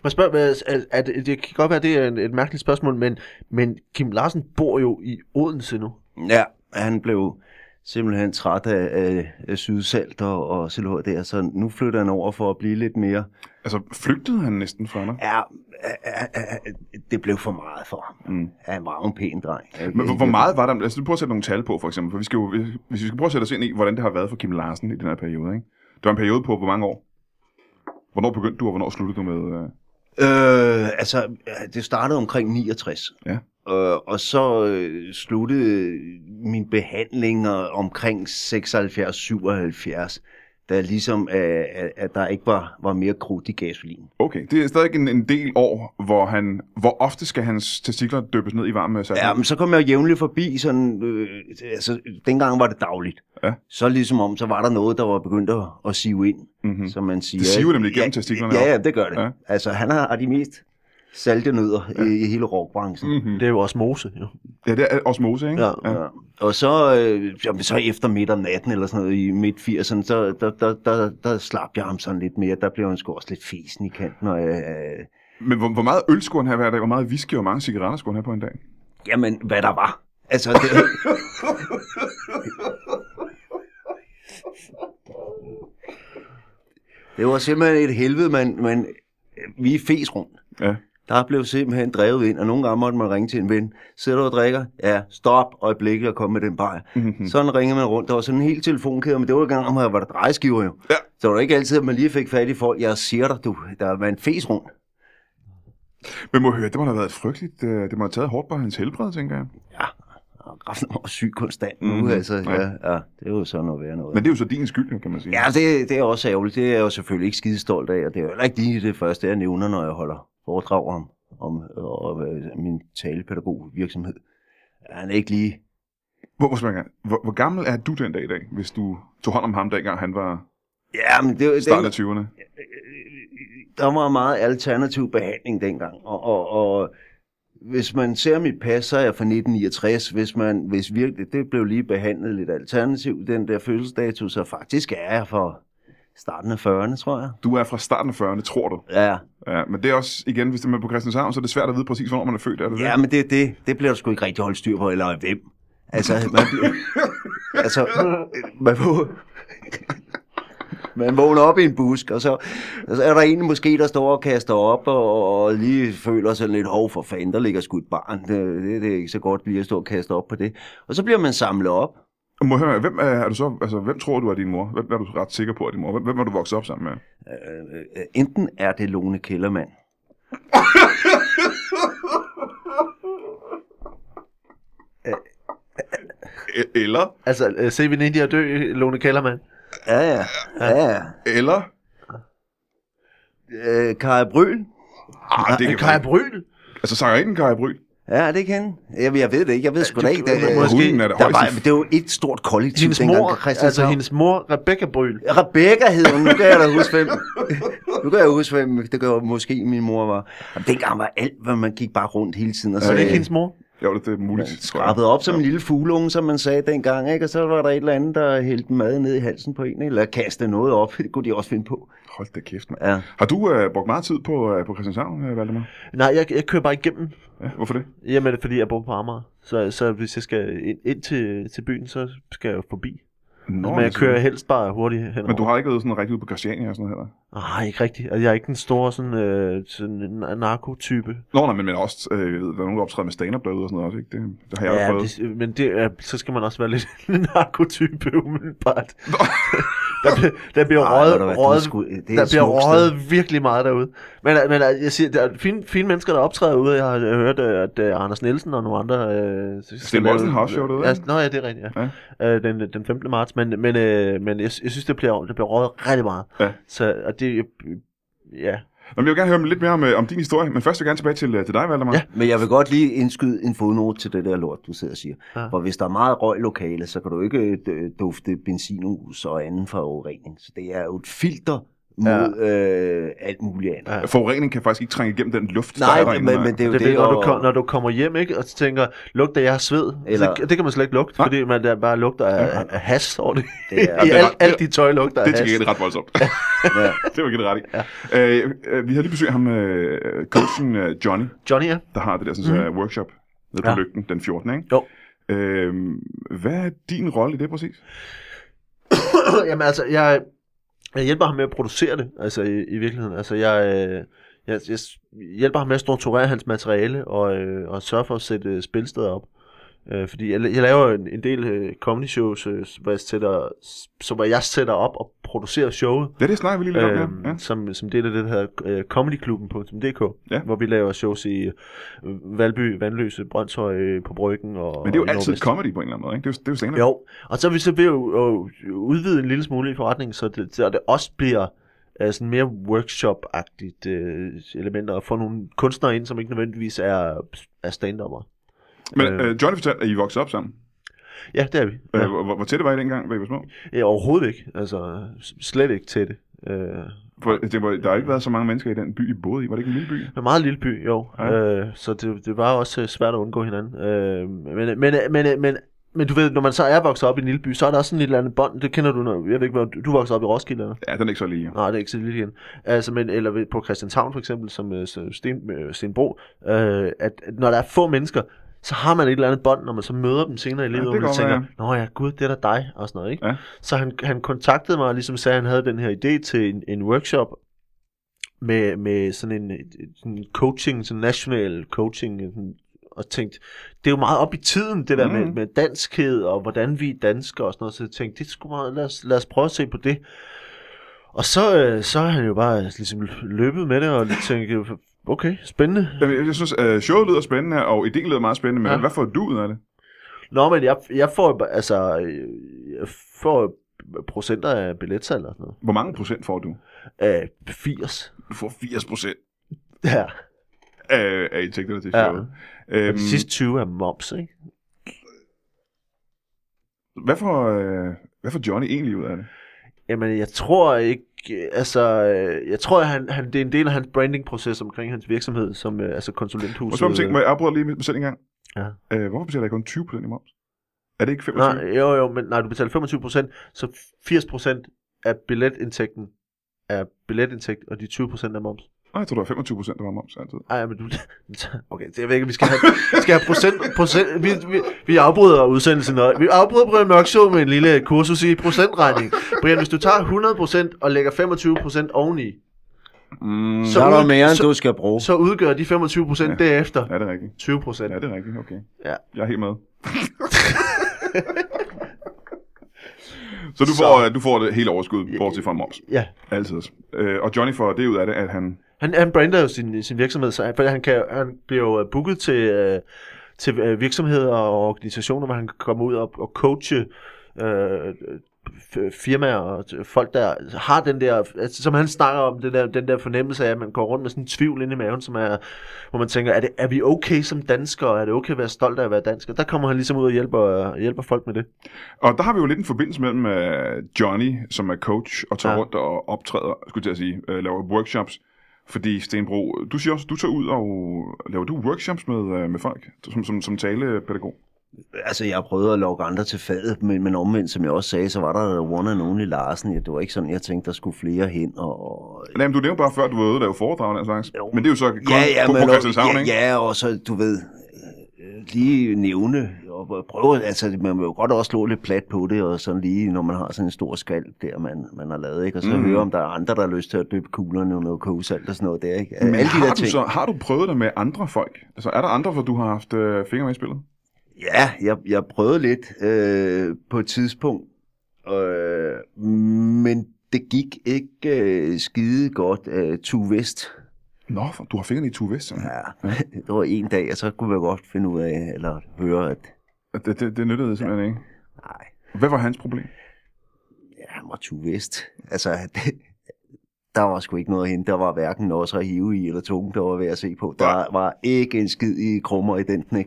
Man spørger, hvad- er, er, det, det kan godt være, det er en, et mærkeligt spørgsmål, men, men Kim Larsen bor jo i Odense nu.
ja, han blev simpelthen træt af, af, af sydsalt og, og silhør der, så nu flytter han over for at blive lidt mere.
Altså, flygtede han næsten fra dig?
Ja, ja, ja, ja, det blev for meget for ham.
Mm.
Han var jo en pæn dreng. ikke?
Men hvor, hvor meget var der? Altså, du prøver at sætte nogle tal på, for eksempel. For vi skal jo, hvis hvis vi skal prøve at sætte os ind i, hvordan det har været for Kim Larsen i den her periode, ikke? Det var en periode på hvor mange år? Hvornår begyndte du, og hvornår sluttede du med... Øh...
Øh, altså, ja, det startede omkring 69.
Ja.
Øh, og så øh, sluttede min behandling øh, omkring 76-77, da ligesom, øh, at, at der ikke var, var mere krudt i gasolin.
Okay, det er stadig en, en del år, hvor, han, hvor ofte skal hans testikler dyppes ned i varme salt.
Ja, men så kom jeg jo jævnligt forbi sådan, øh, altså, dengang var det dagligt.
Ja.
Så ligesom om, så var der noget, der var begyndt at, at sive ind,
mm-hmm.
som man siger.
Det siver
ikke?
nemlig igennem
ja,
testiklerne
Ja,
også.
ja, det gør det.
Ja.
Ja. Altså, han har de mest salte nødder ja. i, i hele rockbranchen.
Mm-hmm.
Det er jo også Mose, jo.
Ja, det er osmose, ikke?
Ja.
Ja. Og så, øh, jamen, så efter midt om natten eller sådan noget i midt 80'erne, så der, der, der, der slap jeg ham sådan lidt mere. Der blev han sgu også lidt fesen i kanten. Og, øh, øh,
Men hvor, hvor meget øl skulle han have hver dag? Hvor meget whisky og hvor mange cigaretter skulle han have på en dag?
jamen, hvad der var. Altså, det, det var simpelthen et helvede, men, men øh, vi er fes rundt.
Ja.
Der blev simpelthen drevet ind, og nogle gange måtte man ringe til en ven. Sidder du og drikker? Ja, stop øjeblikket og kom med den bajer.
Mhm.
Mm-hmm. Sådan ringer man rundt. Der var sådan en hel telefonkæde, men det var jo gang, hvor der drejeskiver jo.
Ja.
Så var det ikke altid, at man lige fik fat i folk. Jeg siger dig, du, der var en fes rundt.
Men må jeg høre, det må da have været et frygteligt... øh, Det må have taget hårdt på hans helbred, tænker jeg.
Ja, og kraften var syg konstant nu,
Mhm.
mm-hmm. altså.
Ja.
Ja. Ja, det er jo sådan noget værre noget.
Men det er jo så din skyld, jo, kan man sige.
Ja, det, det er også ærgerligt. Det er jeg jo selvfølgelig ikke skide stolt af, og det er jo heller ikke lige det første, jeg nævner, når jeg holder foredrag om, om, om, om min talepædagogvirksomhed. Han er ikke lige
Hvor, hvor, spørger jeg, hvor, hvor gammel er du den dag i dag, hvis du tog hånd om ham, dengang han var
Ja, men det, det,
starten af 20'erne?
der var meget alternativ behandling dengang, og, og, og hvis man ser mit pas, så er jeg fra 1969. Hvis man, hvis virkelig, det blev lige behandlet lidt alternativt, den der fødselsdato, så faktisk er jeg fra starten af 40'erne, tror jeg.
Du er fra starten af 40'erne, tror du.
Ja,
Ja, men det er også, igen, hvis det er med på Christianshavn, så er det svært at vide præcis, hvornår man er født. Er det
ja
det?
men det, det, det bliver du sgu ikke rigtig holdt styr på, eller hvem. Altså, man, bliver- altså, man, vå- man vågner op i en busk, og så, og så er der en måske, der står og kaster op, og, og lige føler sådan lidt, hov for fanden, der ligger sgu et barn. Det, det, det er ikke så godt lige at stå og kaste op på det. Og så bliver man samlet op.
Må jeg høre, hvem, er, er du så, altså, hvem tror du er din mor? Hvem er du ret sikker på er din mor? Hvem, hvem er du vokset op sammen med?
Øh, øh, enten er det Lone Kellermann,
E- Eller,
Altså, øh, se min India dø, Lone Kellermann.
ja, ja, ja, ja.
eller,
Øh, Kaja Bryl,
ah, det kan
Kaja
man ikke.
Bryl.
Altså, sangerinden Kaja Bryl.
Ja, det kan. Jamen, jeg ved det ikke. Jeg ved sgu da
du-
ikke. Det,
må-
øh,
Måske-
Hunden er det
der var,
højeste.
det var et stort kollektiv
Hendes
dengang.
mor, altså
Christianshavn.
hendes mor, Rebecca Bryl.
Rebecca hed hun. Nu kan jeg da huske, hvem... nu kan jeg huske, hvem det gør måske min mor var. Jamen, dengang var alt, hvad man gik bare rundt hele tiden. Og så
Var det
øh,
ikke hendes mor?
Jo, det, det er muligt. tror jeg.
skrabet op som en lille fuglunge, som man sagde dengang, ikke? Og så var der et eller andet, der hældte mad ned i halsen på en, eller kastede noget op. Det kunne de også finde på.
Hold da kæft, mand.
Ja.
Har du øh, brugt meget tid på, øh, på Christianshavn, øh, Valdemar?
Nej, jeg, jeg kører bare igennem.
Ja, hvorfor det?
Jamen, det er fordi jeg bor på Amager. Så, så hvis jeg skal ind, ind til, til byen, så skal jeg jo forbi.
Nå,
Men jeg
altså.
kører helst bare hurtigt henover.
Men du har ikke været sådan rigtig ude på Christiania og sådan noget heller?
Nej, ikke rigtigt. Altså, jeg er ikke den store sådan, øh, sådan en narkotype.
Nå, nej, men, men også, øh, der er nogen, der optræder med stand-up derude og sådan noget også, ikke? Det, det har jeg også prøvet.
det, men det, er, så skal man også være lidt en narkotype umiddelbart. der, bliver, der bliver
Ej, ved du hvad,
røget,
du er
røget,
sgu- det er
der
et
bliver
smukt sted.
røget virkelig meget derude. Men, øh, men øh, jeg siger, der er fine, fine mennesker, der optræder ude. Jeg har øh, hørt, øh, at øh, Anders Nielsen og nogle andre... Øh,
Sten Wolfsen har også showet derude,
Ja,
ikke?
nå ja, det er rigtigt, ja. ja. Øh, den, den 15. marts. Men, men, øh, men jeg, jeg synes, det bliver, det bliver røget rigtig meget.
Ja.
Så, og det... øh, Ja,
Nå, men jeg vil gerne høre lidt mere om, øh, om din historie, men først vil jeg gerne tilbage til, øh, til dig, Valdemar.
Ja.
Men jeg vil godt lige indskyde en fodnote til det der lort, du sidder og siger.
Ja.
Ja. For hvis der er meget røg i lokalet, så kan du ikke øh, d- dufte benzinhus og anden fra urening. Så det er jo et filter mod ja. øh, alt muligt andet.
Ja.
Ja.
Forurening kan faktisk ikke trænge igennem den luft, der er
Nej,
derinde,
men, men det er jo det,
Det, det, det når,
og,
du kom, når du kommer hjem, ikke, og tænker, lugter jeg af sved? Eller...
Eller-
Så, det kan man slet ikke lugte,
Nej.
fordi man der bare lugter af, af- af has over det.
Det er-
I
det er
alt,
ret-
alt dit tøj lugter af
Det er til
has.
gengæld ret voldsomt.
ja.
det var ikke det ret i. Øh, øh, vi havde lige besøg af ham, øh, coachen øh, Johnny,
Johnny, ja.
der har det der sådan, mm. uh, workshop nede på
Ja.
ja. Lygten den 14. Ikke?
Jo.
Øhm, hvad er din rolle i det præcis?
Jamen altså, jeg, jeg hjælper ham med at producere det, altså i, i virkeligheden. Altså jeg, øh, jeg, jeg s- hjælper ham med at strukturere hans materiale og, øh, og sørge for at sætte øh, spilsteder op. Øh, fordi jeg, la- jeg laver en, en del øh, comedy shows, øh, hvor jeg sætter, så hvor jeg sætter op og producerer showet.
Det er det, snakker vi lige lidt øh, om.
øhm,
Ja. Ja.
som, som del af det, der hedder øh, Comedyklubben på .dk,
Ja.
hvor vi laver shows i øh, Valby, Vandløse, Brøndshøj, øh, på Bryggen og
Men det er jo
og i
altid
Nordvest.
comedy på en eller anden måde. Ikke? Det er jo, det er jo stand-up.
Jo, og så er vi så ved at øh, udvide en lille smule i forretningen, så det, så det også bliver øh, sådan mere workshop-agtigt øh, elementer, og få nogle kunstnere ind, som ikke nødvendigvis er, er stand-upper.
Men
Øh.
øh, Johnny fortalte, at I voksede op sammen.
Ja, det er vi.
Øh,
Ja.
hvor, hvor- hvor tætte var I dengang, da I var små?
Ja, overhovedet ikke. Altså, s- slet ikke til det. Øh,
For det var, der har ikke været så mange mennesker i den by, I boede i. Var det ikke en lille by?
Det er en meget lille by, jo. Ja.
Ja.
Øh, så det, det var også øh, svært at undgå hinanden. Øh, men, men, men, men, men du ved, når man så er vokset op i en lille by, så er der også sådan et eller andet bånd. Det kender du, når, jeg ved ikke, hvor du, du voksede op i Roskilde, eller?
Ja, den er ikke så lige.
Nej, det er ikke så lille igen. Altså, men, eller ved- på Christianshavn for eksempel, som øh, så Sten, øh, Stenbro, øh, at, at når der er få mennesker, så har man et eller andet bånd, når man så møder dem senere i livet,
det
og man
kan godt
tænker,
være,
nå ja, gud, det er da dig, og sådan noget, ikke?
Ja.
Så han, han kontaktede mig og ligesom sagde, at han havde den her idé til en, en workshop, med, med sådan en, et- sådan en coaching, sådan national coaching, sådan, og tænkte, det er jo meget op i tiden, det der mm. med,
Mhm.
med danskhed, og hvordan vi er danskere og sådan noget, så jeg tænkte, det skulle meget, lad, os, lad os prøve at se på det. Og så, øh, så er han jo bare ligesom løbet med det, og tænkte, okay, spændende.
Jamen, Jeg synes, øh, showet lyder spændende, og ideen lyder meget spændende, men
Ja.
ja. hvad får du ud af det?
Nå, men jeg, jeg får jo bare- altså, øh, jeg får procenter af billetsalg og sådan noget.
Hvor mange procent får du?
Af 80.
Du får 80 procent
Ja,
af, af indtægterne til
Ja.
showet. Ja. Øhm,
de sidste 20 er moms, ikke?
Hvad får, øh, hvad får Johnny egentlig ud af det?
Jamen, jeg tror ikke, øh, altså, øh, jeg tror, at han, han, det er en del af hans brandingproces omkring hans virksomhed, som øh, altså
Og
konsulenthuset.
så om ting, må jeg afbryde lige med selv en gang.
Ja.
Øh, hvorfor betaler jeg kun 20% i moms? Er det ikke 25?
øh, Nej, jo, jo, men nej, du betaler 25 procent, så 80 procent af billetindtægten er billetindtægt, og de 20 procent er moms.
Nej, jeg tror, det var 25 procent, der var moms altid.
Ej, ja, men du... Okay, det, jeg ved ikke, vi skal have, vi skal have procent... procent vi, vi, vi afbryder udsendelsen. Og, vi afbryder Brian Mørk Show med en lille kursus i procentregning. Brian, hvis du tager 100 procent og lægger 25 procent oveni,
Mm.
Så er der
ud-
mere, end
så-
du skal bruge.
så udgør de 25 procent
Ja.
ja. derefter
Er det rigtigt?
20 procent.
Ja, det er rigtigt. Okay.
Ja.
Jeg er helt med. så du får, øh, du får det hele overskud, bortset fra moms.
Ja.
Altid. Øh, og Johnny får det ud af det, at han...
Han, han brander jo sin, sin virksomhed, så han, for han, kan, han bliver jo øh, booket til, øh, til øh, virksomheder og organisationer, hvor han kan komme ud og, og coache øh, f- firmaer og t- folk, der har den der, altså, som han snakker om, den der, den der fornemmelse af, at man går rundt med sådan en tvivl inde i maven, som er, hvor man tænker, er, det, er vi okay som danskere? Er det okay at være stolt af at være dansker? Der kommer han ligesom ud og hjælper, hjælper folk med det.
Og der har vi jo lidt en forbindelse mellem øh, Johnny, som er coach, og tager ja.
Ja.
rundt og optræder, skulle jeg til at sige, øh, laver workshops. Fordi Stenbro, du siger også, at du tager ud og laver du workshops med, øh, med folk, som, som, som talepædagog.
Altså, jeg prøvede at lokke andre til fadet, men, men omvendt, som jeg også sagde, så var der one and only Larsen. Ja, det var ikke sådan, jeg tænkte, der skulle flere hen. Og, og
Nej, men du nævnte bare før, at du var ude og lave foredrag og den slags.
Jo.
Men det er jo så kun på, på
men-
Christianshavn, ikke?
ja, ja, og så, du ved, øh, lige nævne og prøve, altså man vil jo godt også slå lidt plat på det, og sådan lige, når man har sådan en stor skald der, man, man har lavet, ikke? Og så
Mhm.
mm. høre, om der er andre, der har lyst til at døbe kuglerne og noget kogsalt og sådan noget der, ikke?
Men
Alle de
har,
der
du
ting.
så, har du prøvet det med andre folk? Altså, er der andre, hvor du har haft øh, fingre med i spillet?
Ja, jeg, jeg prøvede lidt øh, på et tidspunkt, øh, men det gik ikke øh, skide godt. Øh, Tue Vest,
Nå, for, du har fingrene i Tue Vest, simpelthen.
ja, det var en dag, og så kunne jeg godt finde ud af, eller høre, at
Ja. Det, det, det nyttede simpelthen ja. ikke.
nej,
Hvad var hans problem?
ja, han var Tue Vest. Altså, det, der var sgu ikke noget at hente. Der var hverken også at hive i, eller tunge, der var ved at se på. Der var ikke en skid i krummer i den knæk.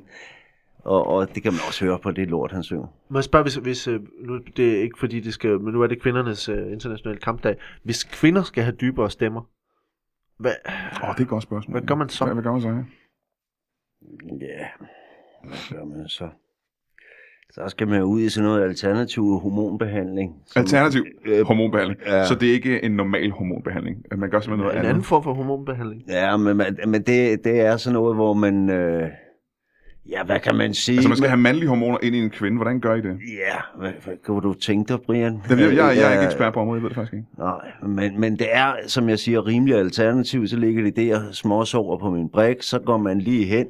Og, og det kan man også høre på det lort, han synger.
Må jeg spørge, hvis, hvis øh, nu, det er ikke fordi, det skal, men nu er det kvindernes øh, internationale kampdag. Hvis kvinder skal have dybere stemmer, hvad,
Åh, oh, det er et godt spørgsmål.
Hvad gør man så?
Hvad, hvad gør man så? Ja?
Ja, hvad gør man så? Så skal man ud i sådan noget alternativ hormonbehandling. som-
Alternativ
Øh,
hormonbehandling. Ja.
ja.
Så det er ikke en normal hormonbehandling. Øh, Man gør simpelthen noget
en
andet.
anden form for hormonbehandling?
Ja, men, man- men det, det er sådan noget, hvor man... Øh, ja, hvad kan man sige?
Altså, man skal have mandlige hormoner ind i en kvinde. Hvordan gør I det?
Ja, hvad, hvad kunne du tænke dig, Brian?
det jeg, jeg, jeg er
Øh,
ikke ekspert på området, jeg ved det faktisk ikke.
Nej, men, men det er, som jeg siger, rimelig alternativ. Så ligger det der småsover på min brik, så går man lige hen.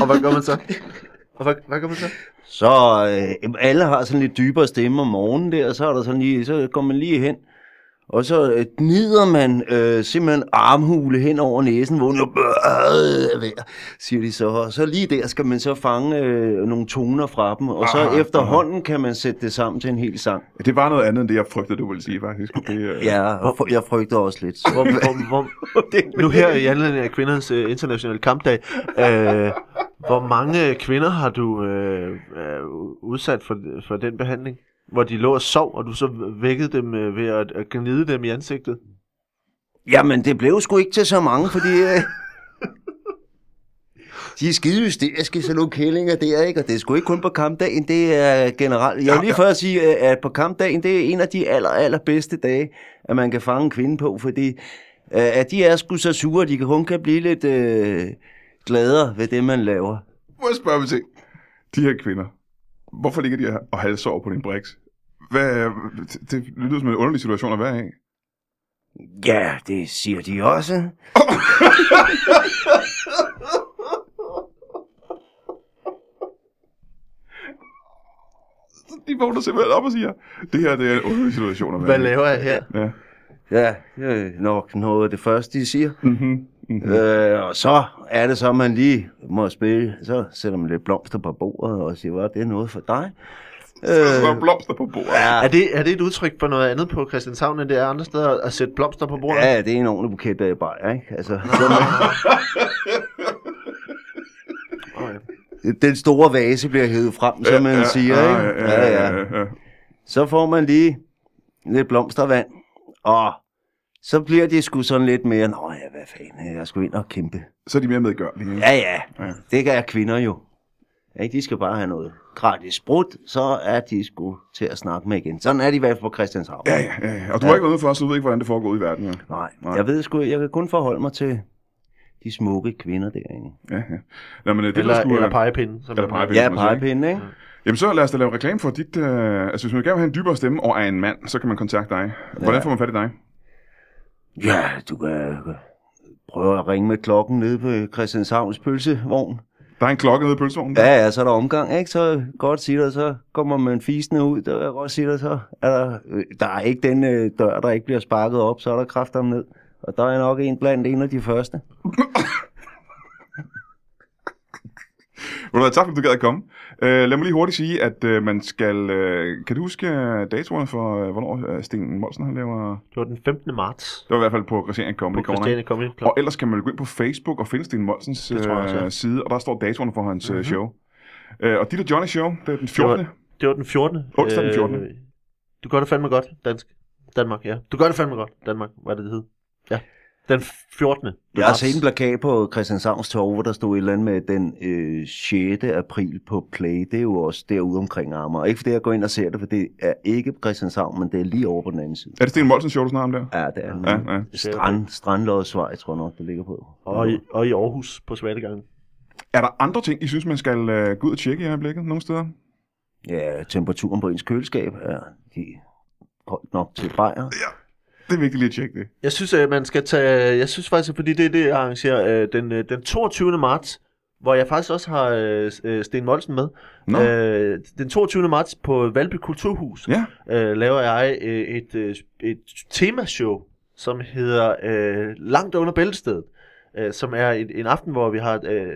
Og hvad gør man så? Og hvad, hvad gør man så?
Så øh, alle har sådan lidt dybere stemme om morgenen der, og så, er der sådan lige, så går man lige hen. Og så øh, gnider man øh, simpelthen armhule hen over næsen, hvor nu siger de så. Og så lige der skal man så fange øh, nogle toner fra dem, og så
Aha, aha.
efterhånden kan man sætte det sammen til en hel sang.
Ja, Det var noget andet, end det, jeg frygtede, du ville sige, faktisk. Det, øh,
Ja, og fr- jeg frygter også lidt.
Hvor, hvor, hvor, nu her i anledning af kvindernes øh, internationale kampdag, øh, hvor mange kvinder har du øh, øh, udsat for, for den behandling? Hvor de lå og sov, og du så vækkede dem øh, ved at, at gnide dem i ansigtet?
Jamen, det blev sgu ikke til så mange, fordi... Øh, de er skide hysteriske, sådan nogle kællinger der, ikke? Og det er sgu ikke kun på kampdagen, det er generelt... Jeg vil lige først sige, øh, at på kampdagen, det er en af de aller, allerbedste dage, at man kan fange en kvinde på, fordi øh, at de er sgu så sure, at de kan- hun kan blive lidt øh, gladere ved det, man laver.
Må jeg spørge mig ting? De her kvinder, hvorfor ligger de her og halser over på din briks? Hvad, det, det lyder som en underlig situation at være i.
Ja, det siger de også.
De vågner simpelthen op og siger, det her det er en underlig situation at være
Hvad
i.
laver jeg her?
Ja.
Ja, det er nok noget af det første, de siger.
Mm-hmm. Mm-hmm.
Øh, og så er det så, at man lige må spille. Så sætter man lidt blomster på bordet og siger, hvad det er noget for dig.
Så er
Øh,
blomster på bordet. Ja.
ja,
Er det, er det et udtryk for noget andet på Christianshavn, end det er andre steder at sætte blomster på bordet?
ja, det er en ordentlig buket af bajer, ikke? Altså, sådan,
Okay.
den store vase bliver hævet frem, som man siger, ikke? Ja, ja.
Ah, ja.
Så får man lige lidt blomstervand, og så bliver de sgu sådan lidt mere, nå ja, hvad fanden, jeg skulle ind og kæmpe.
Så er de mere medgørlige. ikke?
Ja, ja,
Ja.
det kan kvinder jo. Ikke, de skal bare have noget gratis sprut, så er de sgu til at snakke med igen. Sådan er de i hvert fald på Christianshavn.
Ja, ja, ja, ja. Og du har ikke været ude for os, så du ved ikke, hvordan det foregår ude i verden. Ja.
Nej,
Nej.
jeg ved sgu, jeg kan kun forholde mig til de smukke kvinder derinde.
Ja, ja. Nå, men, øh, det,
Eller,
der skulle,
eller
eller
pegepinden. Som
eller
man-
pegepinde.
Ja,
kan man sige,
pegepinde, ikke?
Jamen så lad os da lave reklame for dit... Øh, altså hvis man gerne vil have en dybere stemme og er en mand, så kan man kontakte dig. Hvordan får man fat i dig?
Ja, du kan kan prøve at ringe med klokken nede på Christianshavns pølsevogn.
Der er en klokke nede i pølsevognen.
Ja, ja, så er der omgang, ikke? Så godt sige dig, så kommer man fisende ud, der kan jeg godt sige dig, så er der, øh, der er ikke den øh, dør, der ikke bliver sparket op, så er der kræfter ned. Og der er nok en blandt en af de første.
Ved du hvad, tak fordi du gad at komme. Øh, lad mig lige hurtigt sige, at øh, man skal... Øh, kan du huske øh, datoerne for, øh, hvornår øh, Sten Molsen han laver...
Det var den 15. marts
Det var i hvert fald på Christian
på
Comedy Corner.
Christiane Comedy Club.
Og ellers kan man jo gå ind på Facebook og finde Sten Molsens
Det tror jeg også,
øh,
ja. Mhm.
side, og der står datoerne for hans mm-hmm. show. Øh, og dit og Johnny show, det er den 14.
Det var, det var den 14.
Onsdag den 14..
Øh, du gør det fandme godt, dansk. Danmark, ja. Du gør det fandme godt, Danmark. Hvad er det, det hed? Ja. Den 14.
Jeg har
marts.
set en plakat på Christianshavns Torv, hvor der stod et eller andet med den øh, 6. april på Play. Det er jo også derude omkring Amager. Ikke fordi jeg går ind og ser det, for det er ikke på Christianshavn, men det er lige over på den anden side.
Er det Sten Molsens show, du snakker om der?
Ja, det er
Ja,
ja,
ja.
Strand, Strandlodsvej, tror jeg nok, det ligger på.
Og i, og i Aarhus på Svalegangen.
Er der andre ting, I synes, man skal øh, gå ud og tjekke i øjeblikket nogle steder?
Ja, temperaturen på ens køleskab er de koldt nok til bajer.
Det er vigtigt lige at tjekke det.
Jeg synes, at man skal tage... Jeg synes faktisk, fordi det er det, jeg arrangerer øh, den, øh, den 22. marts, hvor jeg faktisk også har øh, s- øh, Sten Molsen med.
Nå.
Øh, den 22. marts på Valby Kulturhus
Ja.
øh, laver jeg øh, et, øh, et temashow, som hedder øh, Langt under bæltestedet. Øh, som er et, en aften, hvor vi har øh,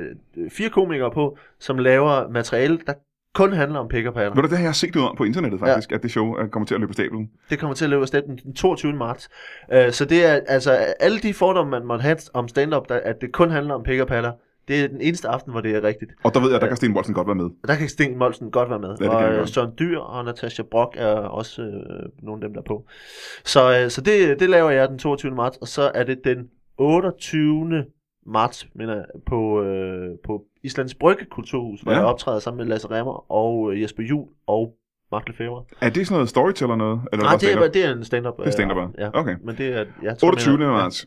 fire komikere på, som laver materiale, der kun handler om pik og patter.
Ved du, det har jeg set ud om på internettet faktisk, ja. at det show øh, kommer til at løbe på stablen.
Det kommer til at løbe af staten den 22. marts. Øh, så det er altså alle de fordomme, man måtte have om stand-up, der, at det kun handler om pik og patter. Det er den eneste aften, hvor det er rigtigt.
Og der ved jeg, at der
Ja.
kan Sten Bolsen godt være med.
Og der kan Sten Molsen godt være med.
det kan
og
han
øh,
godt.
Søren Dyr og Natasha Brock er også øh, nogle af dem, der er på. Så, øh, så det, det laver jeg den 22. marts, og så er det den 28. marts mener jeg, på, øh, på Islands Brygge Kulturhus, hvor
Ja.
ja. jeg optræder sammen med Lasse Remmer og øh, Jesper Jul og Mark Lefebvre.
Er det sådan noget storyteller noget? Eller
Nej,
bare
Ah, det er,
stand-up?
det er en stand-up.
det er stand
øh, Ja.
Okay.
Men det er... Jeg
28.
mener-
marts.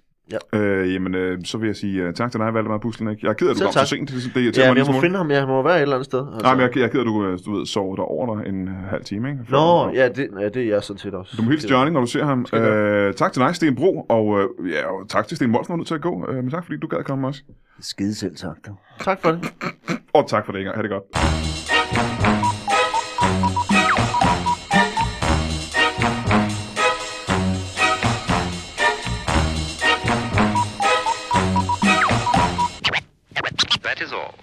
Ja.
Øh, jamen, øh, så vil jeg sige uh, tak til dig, Valdemar Puslenik. Jeg er ked af, at du
Selv
kom så
tak.
sent. Det, det
Ja,
ja,
men
mig
jeg
jeg
må finde ham. Jeg må være et eller andet sted. Altså.
Nej, men jeg, er ked- jeg er ked af, at du, øh, du ved, sover der over dig en øh, halv time, ikke?
Nå, ja, det, ja, det er jeg sådan set også.
Du må hilse Johnny, når du ser ham.
Skal jeg
Øh, tak til dig, Sten Bro, og, øh, ja, og tak til Sten Molsen, der var nødt til at gå. Øh, men tak, fordi du gad at komme også.
Skide selv sagt.
Tak for det.
Og tak for det, Inger. Ha' det godt.
That is all.